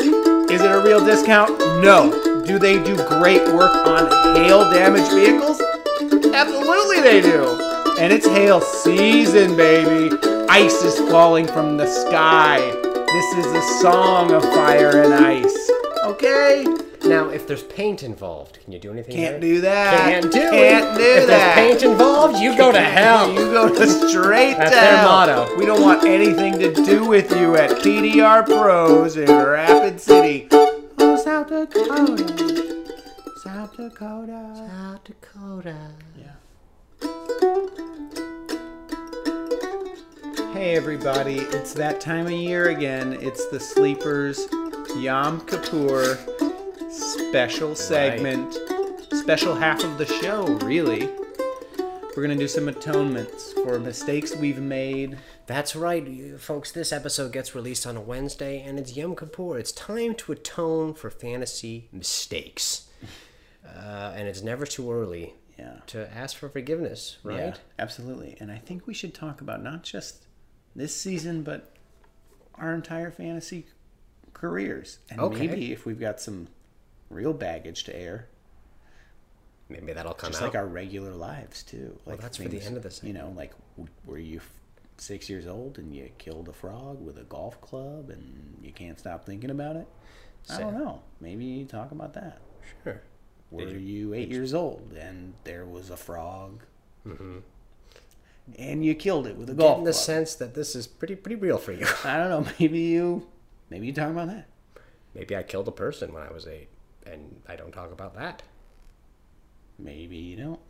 [SPEAKER 1] Is it a real discount? No. Do they do great work on hail damaged vehicles? Absolutely they do. And it's hail season, baby. Ice is falling from the sky. This is a song of fire and ice. Okay?
[SPEAKER 2] Now, if there's paint involved, can you do anything?
[SPEAKER 1] Can't
[SPEAKER 2] there?
[SPEAKER 1] do that.
[SPEAKER 2] Can't do
[SPEAKER 1] Can't
[SPEAKER 2] it.
[SPEAKER 1] do
[SPEAKER 2] if
[SPEAKER 1] that.
[SPEAKER 2] there's paint involved, you go to hell.
[SPEAKER 1] You go to straight
[SPEAKER 2] That's
[SPEAKER 1] to
[SPEAKER 2] their
[SPEAKER 1] hell.
[SPEAKER 2] motto.
[SPEAKER 1] We don't want anything to do with you at PDR Pros in Rapid City. Oh, South Dakota. South Dakota.
[SPEAKER 2] South Dakota.
[SPEAKER 1] Hey, everybody. It's that time of year again. It's the Sleepers Yom Kippur special segment. Special half of the show, really. We're going to do some atonements for mistakes we've made.
[SPEAKER 2] That's right, you- folks. This episode gets released on a Wednesday, and it's Yom Kippur. It's time to atone for fantasy (laughs) mistakes. Uh, and it's never too early
[SPEAKER 1] Yeah.
[SPEAKER 2] to ask for forgiveness, right?
[SPEAKER 1] Yeah, absolutely. And I think we should talk about not just this season, but our entire fantasy careers. And
[SPEAKER 2] Okay.
[SPEAKER 1] maybe if we've got some real baggage to air,
[SPEAKER 2] Maybe that'll come
[SPEAKER 1] just
[SPEAKER 2] out.
[SPEAKER 1] like our regular lives too. Like
[SPEAKER 2] that's for the end of this, I
[SPEAKER 1] You know, like w- were you f- six years old and you killed a frog with a golf club and you can't stop thinking about it?
[SPEAKER 2] Sad.
[SPEAKER 1] I don't know. Maybe talk about that.
[SPEAKER 2] Sure.
[SPEAKER 1] Were you eight years old and there was a frog? And you killed it with a Mm-hmm. golf
[SPEAKER 2] Getting
[SPEAKER 1] club.
[SPEAKER 2] the sense that this is pretty pretty real for you. (laughs)
[SPEAKER 1] I don't know. (laughs) Maybe you, maybe you talk about that.
[SPEAKER 2] Maybe I killed a person when I was eight, and I don't talk about that.
[SPEAKER 1] Maybe you don't.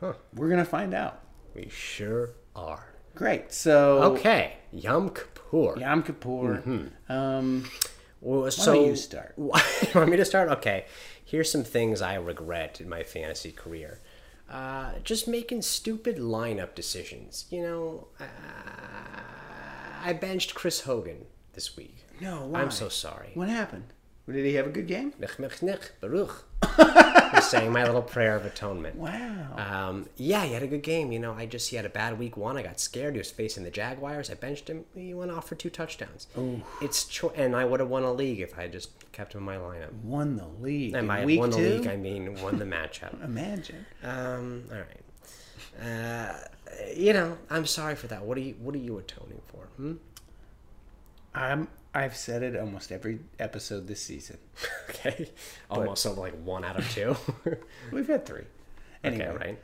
[SPEAKER 2] Huh.
[SPEAKER 1] We're gonna find out.
[SPEAKER 2] We sure are.
[SPEAKER 1] Great. So
[SPEAKER 2] Okay, Yom Kippur.
[SPEAKER 1] Yom Kippur. Um,
[SPEAKER 2] Well,
[SPEAKER 1] so
[SPEAKER 2] so
[SPEAKER 1] you start.
[SPEAKER 2] (laughs) you want me to start? Okay. Here's some things I regret in my fantasy career. Uh, just making stupid lineup decisions. You know, uh, I benched Chris Hogan this week.
[SPEAKER 1] No, why?
[SPEAKER 2] I'm so sorry.
[SPEAKER 1] What happened? Did he have a good game?
[SPEAKER 2] Mich, mich, nich,
[SPEAKER 1] (laughs)
[SPEAKER 2] baruch. I'm saying my little prayer of atonement.
[SPEAKER 1] Wow.
[SPEAKER 2] Um, yeah, he had a good game. You know, I just he had a bad week one. I got scared. He was facing the Jaguars. I benched him. He went off for two touchdowns. It's cho- and I would have won a league if I had just kept him in my lineup.
[SPEAKER 1] Won the league.
[SPEAKER 2] And
[SPEAKER 1] in
[SPEAKER 2] by
[SPEAKER 1] week
[SPEAKER 2] won the
[SPEAKER 1] two?
[SPEAKER 2] league, I mean won the matchup.
[SPEAKER 1] Imagine.
[SPEAKER 2] (laughs) um, all right. Uh, you know, I'm sorry for that. What are you What are you atoning for? Hmm? (laughs)
[SPEAKER 1] I'm. I've said it almost every episode this season.
[SPEAKER 2] Okay, almost so like one out of two. (laughs)
[SPEAKER 1] We've had three. Anyway,
[SPEAKER 2] okay, right.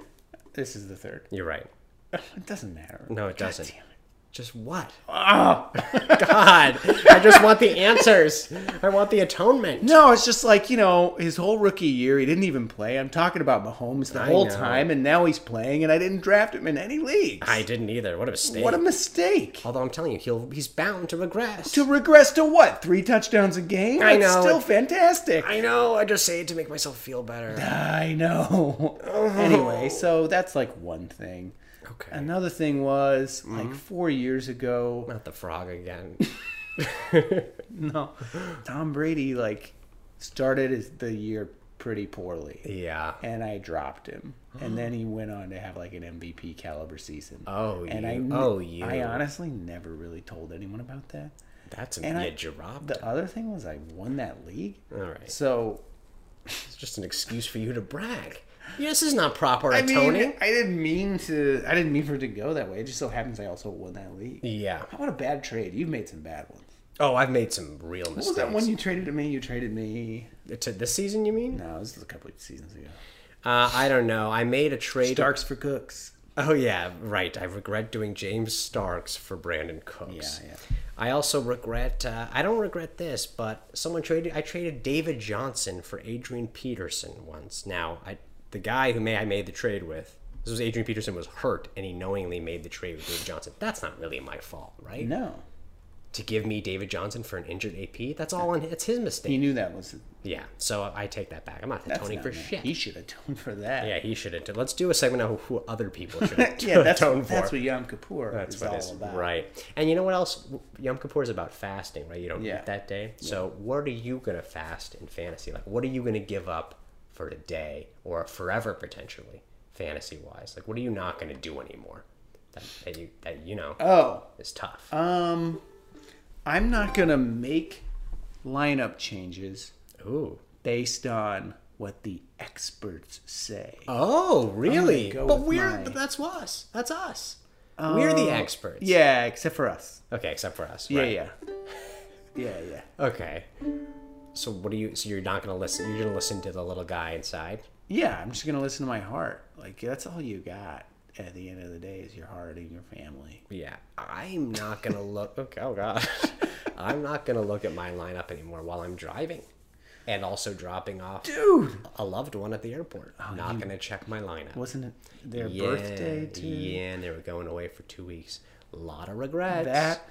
[SPEAKER 1] This is the third.
[SPEAKER 2] You're right.
[SPEAKER 1] It doesn't matter.
[SPEAKER 2] No, it
[SPEAKER 1] God
[SPEAKER 2] doesn't.
[SPEAKER 1] damn it.
[SPEAKER 2] Just what?
[SPEAKER 1] Ah.
[SPEAKER 2] (laughs)
[SPEAKER 1] (laughs)
[SPEAKER 2] God, I just want the answers. I want the atonement.
[SPEAKER 1] No, it's just like, you know, his whole rookie year, he didn't even play. I'm talking about Mahomes the
[SPEAKER 2] I
[SPEAKER 1] whole
[SPEAKER 2] know.
[SPEAKER 1] time, and now he's playing, and I didn't draft him in any leagues.
[SPEAKER 2] I didn't either. What a mistake.
[SPEAKER 1] what a mistake.
[SPEAKER 2] Although I'm telling you, he'll he's bound to regress.
[SPEAKER 1] To regress to what? Three touchdowns a game?
[SPEAKER 2] I
[SPEAKER 1] That's
[SPEAKER 2] know.
[SPEAKER 1] still fantastic.
[SPEAKER 2] I know. I just say it to make myself feel better.
[SPEAKER 1] I
[SPEAKER 2] (laughs)
[SPEAKER 1] know. anyway, so that's like one thing.
[SPEAKER 2] Okay.
[SPEAKER 1] Another thing was
[SPEAKER 2] Mm-hmm.
[SPEAKER 1] like four years ago.
[SPEAKER 2] Not the frog (laughs) again.
[SPEAKER 1] No, Tom Brady like started his, the year pretty poorly,
[SPEAKER 2] yeah.
[SPEAKER 1] and I dropped him. And then he went on to have like an MVP caliber season.
[SPEAKER 2] Oh,
[SPEAKER 1] and
[SPEAKER 2] you.
[SPEAKER 1] I kn-
[SPEAKER 2] oh, you.
[SPEAKER 1] I honestly never really told anyone about that.
[SPEAKER 2] That's a
[SPEAKER 1] and I-
[SPEAKER 2] yeah, giraffe.
[SPEAKER 1] The other thing was I won that league.
[SPEAKER 2] All right.
[SPEAKER 1] So
[SPEAKER 2] It's just an excuse for you to brag. Yeah, this is not proper
[SPEAKER 1] I
[SPEAKER 2] atoning.
[SPEAKER 1] mean, I didn't mean to. I didn't mean for it to go that way. It just so happens I also won that league.
[SPEAKER 2] yeah.
[SPEAKER 1] How about a bad trade? You've made some bad ones.
[SPEAKER 2] Oh, I've made some real
[SPEAKER 1] What
[SPEAKER 2] mistakes.
[SPEAKER 1] was that one you traded to me? You traded me.
[SPEAKER 2] to this season, you mean?
[SPEAKER 1] No, this was a couple of seasons ago.
[SPEAKER 2] Uh, I don't know. I made a trade.
[SPEAKER 1] Starks for Cooks.
[SPEAKER 2] Oh yeah, right. I regret doing James Starks for Brandon Cooks.
[SPEAKER 1] Yeah, yeah.
[SPEAKER 2] I also regret. Uh, I don't regret this, but someone traded. I traded David Johnson for Adrian Peterson once. Now, I the guy who may I made the trade with. This was Adrian Peterson was hurt, and he knowingly made the trade with David Johnson. That's not really my fault, right?
[SPEAKER 1] No,
[SPEAKER 2] To give me David Johnson for an injured AP, that's all on. It's his
[SPEAKER 1] he
[SPEAKER 2] mistake.
[SPEAKER 1] knew that was.
[SPEAKER 2] Yeah. So I take that back. I'm not
[SPEAKER 1] That's
[SPEAKER 2] atoning
[SPEAKER 1] not
[SPEAKER 2] for
[SPEAKER 1] me.
[SPEAKER 2] shit.
[SPEAKER 1] He (laughs) should atone for that.
[SPEAKER 2] yeah, he should. not Let's do a segment on who other
[SPEAKER 1] (laughs)
[SPEAKER 2] people should atone
[SPEAKER 1] yeah.
[SPEAKER 2] (laughs)
[SPEAKER 1] That's
[SPEAKER 2] for.
[SPEAKER 1] that's what Yom Kippur
[SPEAKER 2] That's
[SPEAKER 1] is
[SPEAKER 2] what
[SPEAKER 1] all
[SPEAKER 2] it's
[SPEAKER 1] about.
[SPEAKER 2] right. And you know what else? Yom Kippur is about fasting, right? You don't
[SPEAKER 1] Yeah.
[SPEAKER 2] eat that day. So what are you gonna fast in fantasy? Like, what are you gonna give up for today or forever potentially, fantasy wise? Like, what are you not gonna do anymore? That, that you that you know
[SPEAKER 1] Oh,
[SPEAKER 2] is tough.
[SPEAKER 1] Um, I'm not gonna make lineup changes
[SPEAKER 2] Ooh.
[SPEAKER 1] based on what the experts say.
[SPEAKER 2] Oh, really?
[SPEAKER 1] go
[SPEAKER 2] But
[SPEAKER 1] with
[SPEAKER 2] we're
[SPEAKER 1] my-
[SPEAKER 2] but that's us. That's us. Oh, we're the experts.
[SPEAKER 1] Yeah, except for us.
[SPEAKER 2] Okay, except for us.
[SPEAKER 1] Yeah,
[SPEAKER 2] right.
[SPEAKER 1] yeah, yeah, yeah.
[SPEAKER 2] Okay. So what are you? So you're not gonna listen? You're gonna listen to the little guy inside?
[SPEAKER 1] Yeah, I'm just gonna listen to my heart. Like that's all you got at the end of the day is your heart and your family.
[SPEAKER 2] Yeah, I'm not gonna look. Okay, oh god, (laughs) I'm not gonna look at my lineup anymore while I'm driving, and also dropping off
[SPEAKER 1] Dude,
[SPEAKER 2] a loved one at the airport. not gonna check my lineup.
[SPEAKER 1] wasn't it their
[SPEAKER 2] yeah,
[SPEAKER 1] birthday too?
[SPEAKER 2] Yeah, and they were going away for two weeks. A lot of regrets.
[SPEAKER 1] That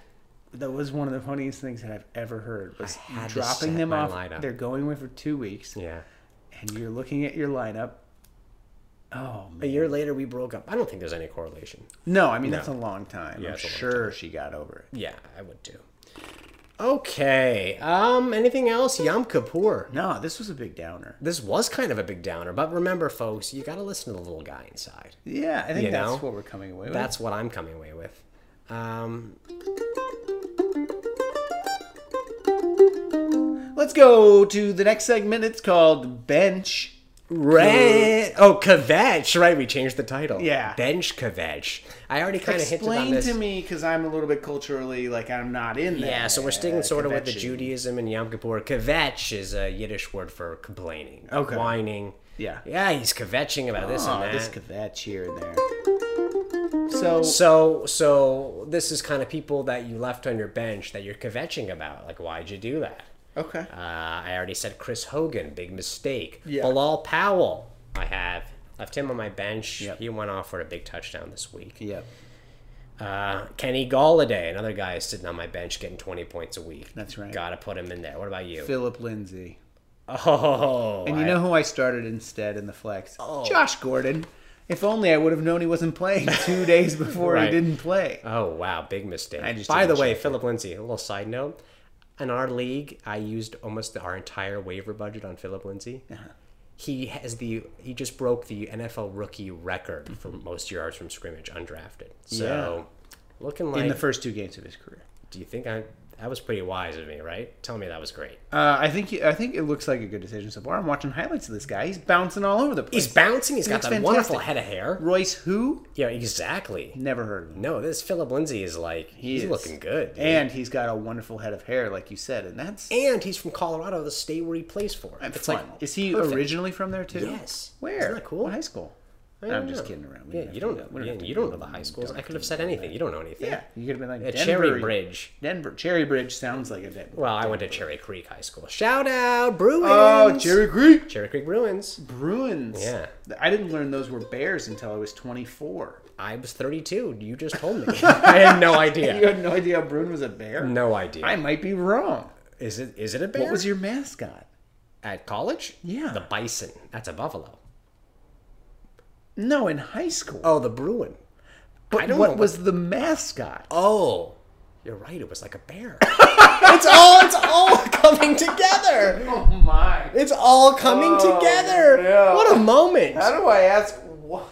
[SPEAKER 1] that was one of the funniest things that I've ever heard. Was
[SPEAKER 2] I had to
[SPEAKER 1] dropping
[SPEAKER 2] set
[SPEAKER 1] them
[SPEAKER 2] my
[SPEAKER 1] off.
[SPEAKER 2] lineup.
[SPEAKER 1] They're going away for two weeks.
[SPEAKER 2] Yeah.
[SPEAKER 1] and you're looking at your lineup. Oh
[SPEAKER 2] A
[SPEAKER 1] man.
[SPEAKER 2] year later, we broke up. I don't think there's any correlation.
[SPEAKER 1] no! I mean that's a long time. I'm
[SPEAKER 2] it's a long
[SPEAKER 1] sure she got over it.
[SPEAKER 2] Yeah, I would too. Okay. Um. Anything else? Yom Kippur.
[SPEAKER 1] No, this was a big downer.
[SPEAKER 2] This was kind of a big downer, but remember, folks, you gotta listen to the little guy inside.
[SPEAKER 1] Yeah, I think
[SPEAKER 2] You
[SPEAKER 1] that's
[SPEAKER 2] know?
[SPEAKER 1] what we're coming away with.
[SPEAKER 2] That's what I'm coming away with. Um,
[SPEAKER 1] Let's go to the next segment. It's called bench
[SPEAKER 2] Right. Oh, Kvetch. Right. We changed the title.
[SPEAKER 1] Yeah.
[SPEAKER 2] Bench Kvetch. I already kind of hinted on
[SPEAKER 1] Explain
[SPEAKER 2] this.
[SPEAKER 1] to me, because I'm a little bit culturally like I'm not in that.
[SPEAKER 2] Yeah, so we're sticking sort of with the
[SPEAKER 1] convention.
[SPEAKER 2] Judaism and Yom Kippur. Kvetch is a Yiddish word for complaining,
[SPEAKER 1] Okay.
[SPEAKER 2] whining.
[SPEAKER 1] Yeah.
[SPEAKER 2] Yeah, he's kvetching about this
[SPEAKER 1] Oh,
[SPEAKER 2] and that.
[SPEAKER 1] this Kvetch here and there. So,
[SPEAKER 2] so, so this is kind of people that you left on your bench that you're kvetching about. Like, why'd you do that?
[SPEAKER 1] okay.
[SPEAKER 2] Uh, I already said Chris Hogan, big mistake.
[SPEAKER 1] Yeah.
[SPEAKER 2] Bilal Powell, I have left him on my bench.
[SPEAKER 1] Yep.
[SPEAKER 2] He went off for a big touchdown this week.
[SPEAKER 1] Yep.
[SPEAKER 2] Uh, Kenny Galladay, another guy sitting on my bench getting 20 points a week.
[SPEAKER 1] That's right.
[SPEAKER 2] Gotta put him in there. What about you?
[SPEAKER 1] Philip Lindsay.
[SPEAKER 2] (laughs) Oh,
[SPEAKER 1] And you know who I started instead in the flex?
[SPEAKER 2] Oh.
[SPEAKER 1] Josh Gordon. If only I would have known he wasn't playing (laughs) two days before he
[SPEAKER 2] Right.
[SPEAKER 1] didn't play.
[SPEAKER 2] Oh wow, big mistake.
[SPEAKER 1] I just
[SPEAKER 2] By the
[SPEAKER 1] didn't
[SPEAKER 2] way, Philip Lindsay. A little side note. In our league, I used almost our entire waiver budget on Philip Lindsay.
[SPEAKER 1] Uh-huh.
[SPEAKER 2] He has the he just broke the NFL rookie record for
[SPEAKER 1] Mm-hmm.
[SPEAKER 2] most yards from scrimmage undrafted. So looking like
[SPEAKER 1] In the first two games of his career.
[SPEAKER 2] do you think I that was pretty wise of me, right? Tell me that was great.
[SPEAKER 1] Uh, I think I think it looks like a good decision so far. I'm watching highlights of this guy. He's bouncing all over the place.
[SPEAKER 2] He's bouncing, he's got
[SPEAKER 1] looks
[SPEAKER 2] that wonderful
[SPEAKER 1] fantastic.
[SPEAKER 2] head of hair.
[SPEAKER 1] Royce who?
[SPEAKER 2] Yeah, exactly.
[SPEAKER 1] Never heard of him.
[SPEAKER 2] No, this Philip Lindsay is like he's
[SPEAKER 1] is.
[SPEAKER 2] looking good. dude.
[SPEAKER 1] And he's got a wonderful head of hair, like you said, and that's
[SPEAKER 2] And he's from Colorado, the state where he plays for. It's
[SPEAKER 1] fun.
[SPEAKER 2] like
[SPEAKER 1] is he
[SPEAKER 2] perfect.
[SPEAKER 1] originally from there too?
[SPEAKER 2] Yes.
[SPEAKER 1] Where?
[SPEAKER 2] Isn't that cool?
[SPEAKER 1] What high school?
[SPEAKER 2] don't
[SPEAKER 1] I'm just
[SPEAKER 2] know.
[SPEAKER 1] kidding around. We
[SPEAKER 2] Yeah,
[SPEAKER 1] didn't have
[SPEAKER 2] you don't
[SPEAKER 1] to
[SPEAKER 2] know.
[SPEAKER 1] do that. We
[SPEAKER 2] yeah,
[SPEAKER 1] have to
[SPEAKER 2] you
[SPEAKER 1] do
[SPEAKER 2] don't know
[SPEAKER 1] that.
[SPEAKER 2] the high
[SPEAKER 1] We
[SPEAKER 2] schools.
[SPEAKER 1] don't
[SPEAKER 2] I
[SPEAKER 1] have
[SPEAKER 2] could
[SPEAKER 1] to
[SPEAKER 2] have
[SPEAKER 1] do
[SPEAKER 2] said
[SPEAKER 1] that.
[SPEAKER 2] anything. You don't know anything.
[SPEAKER 1] Yeah, you could have been like Denver.
[SPEAKER 2] Yeah, Cherry Bridge.
[SPEAKER 1] Denver. Cherry Bridge sounds like a Denver.
[SPEAKER 2] Well, I went to Cherry Creek High School. Shout out Bruins.
[SPEAKER 1] oh, Cherry Creek
[SPEAKER 2] Cherry Creek Bruins.
[SPEAKER 1] Bruins.
[SPEAKER 2] Yeah.
[SPEAKER 1] I didn't learn those were bears until I was 24.
[SPEAKER 2] I was 32. You just
[SPEAKER 1] (laughs)
[SPEAKER 2] told me. I had no
[SPEAKER 1] You
[SPEAKER 2] idea.
[SPEAKER 1] had no idea a Bruin was a bear.
[SPEAKER 2] No idea.
[SPEAKER 1] I might be wrong.
[SPEAKER 2] is it is it a bear?
[SPEAKER 1] What was your mascot?
[SPEAKER 2] at college?
[SPEAKER 1] Yeah.
[SPEAKER 2] The bison. That's a buffalo.
[SPEAKER 1] No, in high school.
[SPEAKER 2] Oh, the Bruin.
[SPEAKER 1] but
[SPEAKER 2] I don't know
[SPEAKER 1] what
[SPEAKER 2] what-
[SPEAKER 1] was the mascot?
[SPEAKER 2] Oh, you're right. It was like a bear. (laughs) it's all it's all coming together.
[SPEAKER 1] Oh my!
[SPEAKER 2] It's all coming
[SPEAKER 1] Oh,
[SPEAKER 2] together.
[SPEAKER 1] yeah.
[SPEAKER 2] What a moment.
[SPEAKER 1] How do I ask? What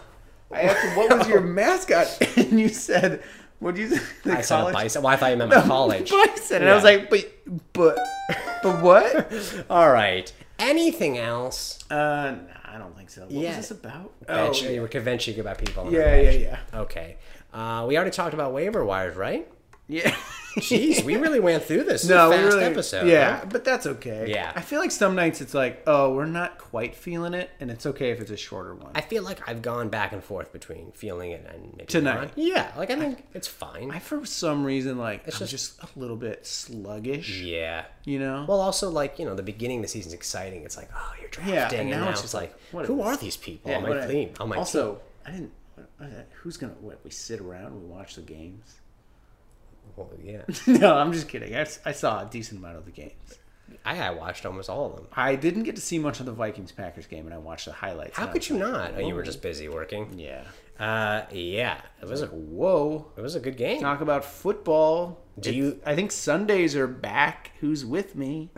[SPEAKER 1] I asked, what was your (laughs) mascot? And you said, "What do you?" say? The
[SPEAKER 2] I said a
[SPEAKER 1] college-
[SPEAKER 2] bison. Well, I thought you (laughs) meant my college.
[SPEAKER 1] Bison. And I was
[SPEAKER 2] Yeah.
[SPEAKER 1] like, "But, but, but (laughs) what?"
[SPEAKER 2] All right. Anything else?
[SPEAKER 1] Uh, no, I don't think so. What
[SPEAKER 2] Yeah.
[SPEAKER 1] was this about?
[SPEAKER 2] Bench- You were convention about people. on the
[SPEAKER 1] Oh, yeah, yeah,
[SPEAKER 2] bench.
[SPEAKER 1] yeah,
[SPEAKER 2] Okay. Uh, we already talked about waiver wires, right?
[SPEAKER 1] yeah. (laughs)
[SPEAKER 2] Jeez, (laughs) we really went through this. This is
[SPEAKER 1] we
[SPEAKER 2] a fast
[SPEAKER 1] really-
[SPEAKER 2] episode.
[SPEAKER 1] Yeah,
[SPEAKER 2] huh?
[SPEAKER 1] but that's okay.
[SPEAKER 2] Yeah.
[SPEAKER 1] I feel like some nights it's like, oh, we're not quite feeling it, and it's okay if it's a shorter one.
[SPEAKER 2] I feel like I've gone back and forth between feeling it and maybe
[SPEAKER 1] Tonight.
[SPEAKER 2] not. Yeah, like I think it's fine.
[SPEAKER 1] I, for some reason, like I'm
[SPEAKER 2] just-
[SPEAKER 1] just, Mm. a little bit sluggish.
[SPEAKER 2] yeah.
[SPEAKER 1] You know.
[SPEAKER 2] Well, also like you know, the beginning of the season's exciting. It's like, oh, you're drafting,
[SPEAKER 1] Yeah, and
[SPEAKER 2] and now,
[SPEAKER 1] now it's
[SPEAKER 2] it's
[SPEAKER 1] just
[SPEAKER 2] like,
[SPEAKER 1] what
[SPEAKER 2] who
[SPEAKER 1] is-
[SPEAKER 2] are these people
[SPEAKER 1] Yeah,
[SPEAKER 2] on
[SPEAKER 1] what
[SPEAKER 2] Oh, my
[SPEAKER 1] I-
[SPEAKER 2] team? On my
[SPEAKER 1] also, I didn't. What, what, that- who's gonna? What? We sit around. We watch the games. (laughs)
[SPEAKER 2] team? Well, yeah,
[SPEAKER 1] no, I'm just kidding. I, s- I saw a decent amount of the games.
[SPEAKER 2] I, I watched almost all of them.
[SPEAKER 1] I didn't get to see much of the Vikings Packers game, and I watched the highlights.
[SPEAKER 2] How
[SPEAKER 1] and I
[SPEAKER 2] could
[SPEAKER 1] was
[SPEAKER 2] you
[SPEAKER 1] like,
[SPEAKER 2] not? Oh, you were just busy working.
[SPEAKER 1] Yeah.
[SPEAKER 2] Uh, yeah, it was a
[SPEAKER 1] Whoa.
[SPEAKER 2] it was a good game.
[SPEAKER 1] Talk about football.
[SPEAKER 2] Do
[SPEAKER 1] It's-
[SPEAKER 2] you-
[SPEAKER 1] I think Sundays are back. Who's with me?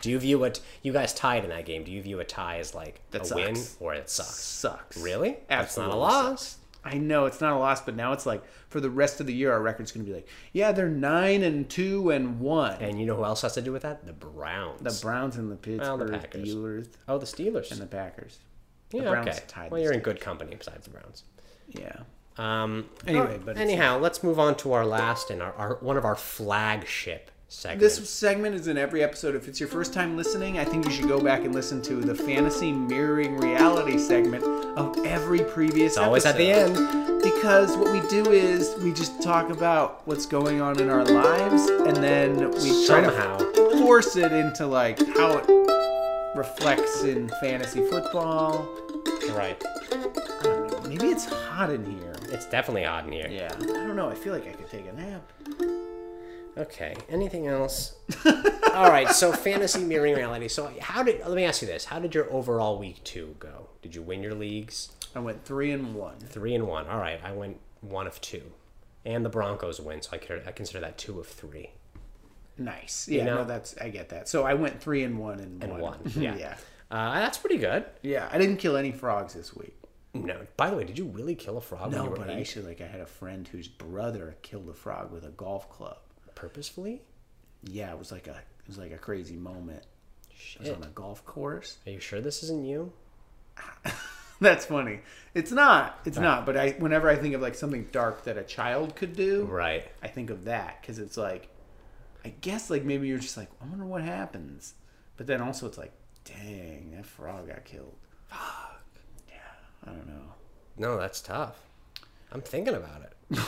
[SPEAKER 2] Do you view it? You guys tied in that game. Do you view a tie as like
[SPEAKER 1] That
[SPEAKER 2] a win
[SPEAKER 1] sucks.
[SPEAKER 2] or it sucks?
[SPEAKER 1] Sucks.
[SPEAKER 2] Really? That's not a
[SPEAKER 1] Absolutely
[SPEAKER 2] loss.
[SPEAKER 1] I know it's not a loss, but now it's like for the rest of the year, our record's going to be like, yeah, they're nine and two and one.
[SPEAKER 2] And you know who else has to do with that? The Browns.
[SPEAKER 1] the Browns and the
[SPEAKER 2] Well,
[SPEAKER 1] Pittsburgh
[SPEAKER 2] the Packers.
[SPEAKER 1] Steelers
[SPEAKER 2] oh, the Steelers.
[SPEAKER 1] and the Packers.
[SPEAKER 2] yeah,
[SPEAKER 1] Browns
[SPEAKER 2] okay.
[SPEAKER 1] tied
[SPEAKER 2] well,
[SPEAKER 1] the
[SPEAKER 2] you're in good company besides the Browns.
[SPEAKER 1] Yeah.
[SPEAKER 2] Um.
[SPEAKER 1] Anyway,
[SPEAKER 2] oh,
[SPEAKER 1] but it's-
[SPEAKER 2] anyhow, let's move on to our last and our, our one of our flagship segments.
[SPEAKER 1] This segment is in every episode. If it's your first time listening, I think you should go back and listen to the fantasy mirroring reality segment of every previous it's
[SPEAKER 2] always at the
[SPEAKER 1] end. Because what we do is we just talk about what's going on in our lives and then we try
[SPEAKER 2] Somehow.
[SPEAKER 1] to force it into like how it reflects in fantasy football.
[SPEAKER 2] right.
[SPEAKER 1] I don't know. Maybe it's hot in here.
[SPEAKER 2] It's definitely odd in here.
[SPEAKER 1] Yeah. I don't know. I feel like I could take a nap.
[SPEAKER 2] Okay.
[SPEAKER 1] (laughs)
[SPEAKER 2] Anything else? All right. So fantasy mirroring reality. So how did? Let me ask you this. How did your overall week two go? Did you win your leagues?
[SPEAKER 1] I went three and one.
[SPEAKER 2] Three and one. All right, I went one of two, and the Broncos win, so I consider, I consider that two of three.
[SPEAKER 1] Nice. Yeah,
[SPEAKER 2] know?
[SPEAKER 1] no, that's I get that. So I went three and one and,
[SPEAKER 2] And
[SPEAKER 1] one.
[SPEAKER 2] one. Yeah,
[SPEAKER 1] (laughs) yeah,
[SPEAKER 2] Uh, that's pretty good.
[SPEAKER 1] yeah. I didn't kill any frogs this week.
[SPEAKER 2] No, by the way, did you really kill a frog when
[SPEAKER 1] No,
[SPEAKER 2] you were
[SPEAKER 1] but
[SPEAKER 2] eight
[SPEAKER 1] actually, like I had a friend whose brother killed a frog with a golf club.
[SPEAKER 2] purposefully?
[SPEAKER 1] Yeah, it was like a it was like a crazy moment. I was
[SPEAKER 2] Shit.
[SPEAKER 1] on a golf course.
[SPEAKER 2] Are you sure this isn't you?
[SPEAKER 1] (laughs) That's funny. It's not. It's not. But I, whenever I think of like something dark that a child could do,
[SPEAKER 2] Right.
[SPEAKER 1] I think of that because it's like, I guess like maybe you're just like, I wonder what happens. But then also it's like, dang, that frog got killed. Fuck. Yeah, I don't know.
[SPEAKER 2] No, that's tough. I'm thinking
[SPEAKER 1] (laughs)
[SPEAKER 2] about it.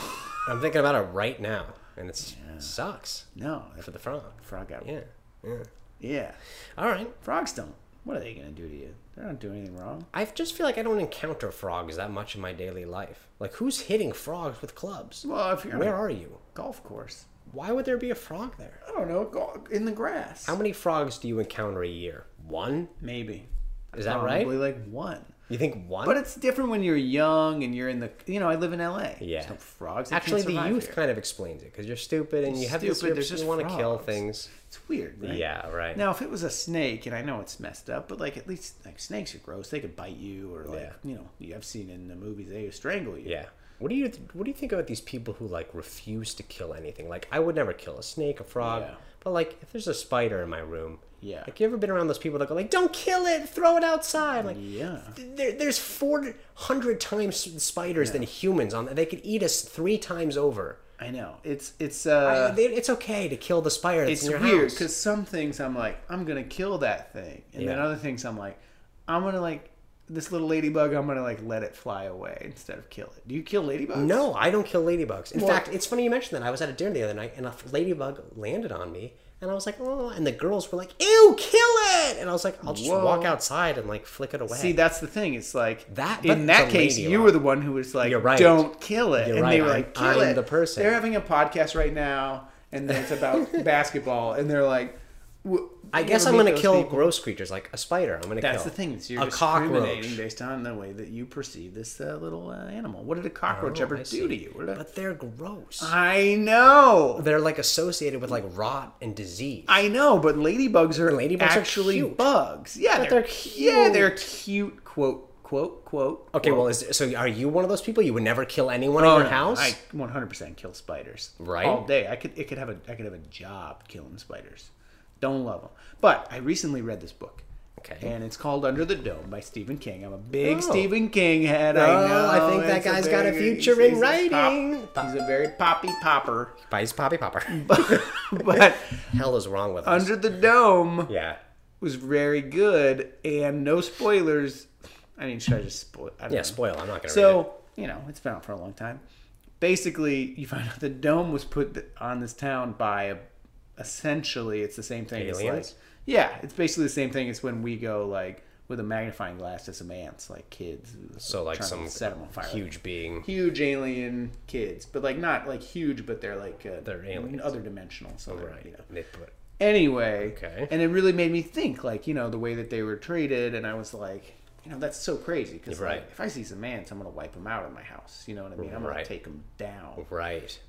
[SPEAKER 2] I'm thinking about it right now, and it sucks
[SPEAKER 1] No, that
[SPEAKER 2] for the frog.
[SPEAKER 1] frog got.
[SPEAKER 2] Yeah. Yeah.
[SPEAKER 1] yeah.
[SPEAKER 2] All right.
[SPEAKER 1] Frogs don't. What are they gonna do to you? They don't do anything wrong.
[SPEAKER 2] I just feel like I don't encounter frogs that much in my daily life. Like, who's hitting frogs with clubs?
[SPEAKER 1] Well, if you're
[SPEAKER 2] Where
[SPEAKER 1] on
[SPEAKER 2] are you?
[SPEAKER 1] a golf course,
[SPEAKER 2] Why would there be a frog there?
[SPEAKER 1] I don't know, go- in the grass.
[SPEAKER 2] How many frogs do you encounter a year? One?
[SPEAKER 1] Maybe.
[SPEAKER 2] Is that
[SPEAKER 1] Probably
[SPEAKER 2] right?
[SPEAKER 1] like one.
[SPEAKER 2] You think one?
[SPEAKER 1] But it's different when you're young and you're in the. You know, I live in LA.
[SPEAKER 2] Yeah.
[SPEAKER 1] There's no frogs. They can't
[SPEAKER 2] Actually, the
[SPEAKER 1] survive
[SPEAKER 2] youth
[SPEAKER 1] here.
[SPEAKER 2] kind of explains it because you're stupid and you have this
[SPEAKER 1] Stupid,
[SPEAKER 2] urge
[SPEAKER 1] there's
[SPEAKER 2] to
[SPEAKER 1] just
[SPEAKER 2] want to kill
[SPEAKER 1] frogs.
[SPEAKER 2] things.
[SPEAKER 1] It's weird, right?
[SPEAKER 2] Yeah, right.
[SPEAKER 1] Now, if it was a snake, and I know it's messed up, but like at least like snakes are gross. They could bite you, or like
[SPEAKER 2] Yeah.
[SPEAKER 1] you know, you have seen in the movies they strangle you.
[SPEAKER 2] Yeah. What do you What do you think about these people who like refuse to kill anything? Like I would never kill a snake, a frog,
[SPEAKER 1] Yeah.
[SPEAKER 2] but like if there's a spider in my room,
[SPEAKER 1] Yeah.
[SPEAKER 2] Like you ever been around those people that go like, "Don't kill it, throw it outside." Like
[SPEAKER 1] Yeah.
[SPEAKER 2] there, there's four hundred times spiders than humans on. They could eat us three times over.
[SPEAKER 1] I know. It's it's
[SPEAKER 2] Uh,
[SPEAKER 1] uh,
[SPEAKER 2] they, it's okay to kill the spider that's
[SPEAKER 1] it's
[SPEAKER 2] in your
[SPEAKER 1] weird
[SPEAKER 2] house.
[SPEAKER 1] because some things I'm like, I'm gonna kill that thing, and then
[SPEAKER 2] Yeah.
[SPEAKER 1] other things I'm like, I'm gonna like this little ladybug. I'm gonna like let it fly away instead of kill it. Do you kill ladybugs?
[SPEAKER 2] No, I don't kill ladybugs. In
[SPEAKER 1] Well-
[SPEAKER 2] fact, it's funny you mentioned that. I was at a dinner the other night and a ladybug landed on me and I was like, oh, and the girls were like, ew, kill it! And I was like, I'll just
[SPEAKER 1] Whoa.
[SPEAKER 2] walk outside and like flick it away.
[SPEAKER 1] See, that's the thing. It's like
[SPEAKER 2] That-
[SPEAKER 1] in
[SPEAKER 2] that's
[SPEAKER 1] that
[SPEAKER 2] a
[SPEAKER 1] case,
[SPEAKER 2] lady
[SPEAKER 1] you
[SPEAKER 2] one.
[SPEAKER 1] were the one who was like,
[SPEAKER 2] You're right.
[SPEAKER 1] "Don't kill it,"
[SPEAKER 2] You're
[SPEAKER 1] and
[SPEAKER 2] right.
[SPEAKER 1] they were
[SPEAKER 2] I'm-
[SPEAKER 1] like, "Kill
[SPEAKER 2] I'm
[SPEAKER 1] it."
[SPEAKER 2] the person.
[SPEAKER 1] They're having a podcast right now, and it's
[SPEAKER 2] (laughs)
[SPEAKER 1] about basketball, and they're like, w-
[SPEAKER 2] I
[SPEAKER 1] you
[SPEAKER 2] guess
[SPEAKER 1] ever
[SPEAKER 2] I'm
[SPEAKER 1] meet
[SPEAKER 2] gonna
[SPEAKER 1] those
[SPEAKER 2] kill
[SPEAKER 1] people?
[SPEAKER 2] gross creatures like a spider. I'm gonna
[SPEAKER 1] That's
[SPEAKER 2] kill
[SPEAKER 1] the thing. Is you're
[SPEAKER 2] a
[SPEAKER 1] discriminating
[SPEAKER 2] cockroach.
[SPEAKER 1] based on the way that you perceive this uh, little uh, animal. What did a cockroach
[SPEAKER 2] Oh,
[SPEAKER 1] ever
[SPEAKER 2] I
[SPEAKER 1] do to
[SPEAKER 2] see.
[SPEAKER 1] you? What did a-
[SPEAKER 2] But they're
[SPEAKER 1] (laughs)
[SPEAKER 2] gross.
[SPEAKER 1] I know.
[SPEAKER 2] They're like associated with like rot and disease.
[SPEAKER 1] I know, but ladybugs are
[SPEAKER 2] Ladybugs are
[SPEAKER 1] actually
[SPEAKER 2] cute.
[SPEAKER 1] bugs. Yeah,
[SPEAKER 2] But
[SPEAKER 1] they're,
[SPEAKER 2] they're
[SPEAKER 1] yeah, they're cute. Quote, quote, quote.
[SPEAKER 2] okay,
[SPEAKER 1] quote.
[SPEAKER 2] well, is, so are you one of those people? You would never kill anyone in your
[SPEAKER 1] Oh, no, no,
[SPEAKER 2] house?
[SPEAKER 1] I 100% kill spiders.
[SPEAKER 2] Right?
[SPEAKER 1] All day. I could it could have a I could have a job killing spiders. Don't love them. But I recently read this book.
[SPEAKER 2] Okay.
[SPEAKER 1] And it's called Under the Dome by Stephen King. I'm a big
[SPEAKER 2] Oh.
[SPEAKER 1] Stephen King head.
[SPEAKER 2] Oh,
[SPEAKER 1] I know.
[SPEAKER 2] I think that
[SPEAKER 1] It's
[SPEAKER 2] guy's got a
[SPEAKER 1] very-
[SPEAKER 2] future
[SPEAKER 1] he's-
[SPEAKER 2] in
[SPEAKER 1] he's a pop-
[SPEAKER 2] writing.
[SPEAKER 1] he's a very poppy popper. (laughs)
[SPEAKER 2] Spice Poppy Popper.
[SPEAKER 1] but
[SPEAKER 2] Hell is wrong with us.
[SPEAKER 1] Under the Dome
[SPEAKER 2] yeah.
[SPEAKER 1] was very good and no spoilers. I mean, should I just spoil? I don't
[SPEAKER 2] Yeah,
[SPEAKER 1] know.
[SPEAKER 2] spoil. I'm not gonna read it.
[SPEAKER 1] So you know, it's been out for a long time. Basically, you find out the dome was put th- on this town by a, essentially it's the same thing. as like,
[SPEAKER 2] Aliens?
[SPEAKER 1] yeah, it's basically the same thing as when we go like with a magnifying glass to some ants, like kids. uh,
[SPEAKER 2] So like
[SPEAKER 1] trying to
[SPEAKER 2] some
[SPEAKER 1] set 'em on fire.
[SPEAKER 2] huge being.
[SPEAKER 1] Huge alien kids, but like not like huge, but they're like uh,
[SPEAKER 2] They're aliens.
[SPEAKER 1] other dimensional. So they're,
[SPEAKER 2] Right.
[SPEAKER 1] you know.
[SPEAKER 2] They put
[SPEAKER 1] Anyway,
[SPEAKER 2] Okay.
[SPEAKER 1] and it really made me think, like you know, the way that they were treated, and I was like, you know, that's so crazy because
[SPEAKER 2] Right.
[SPEAKER 1] if I see some ants, I'm gonna wipe them out of my house. You know what I mean? I'm gonna
[SPEAKER 2] Right.
[SPEAKER 1] take them down.
[SPEAKER 2] right.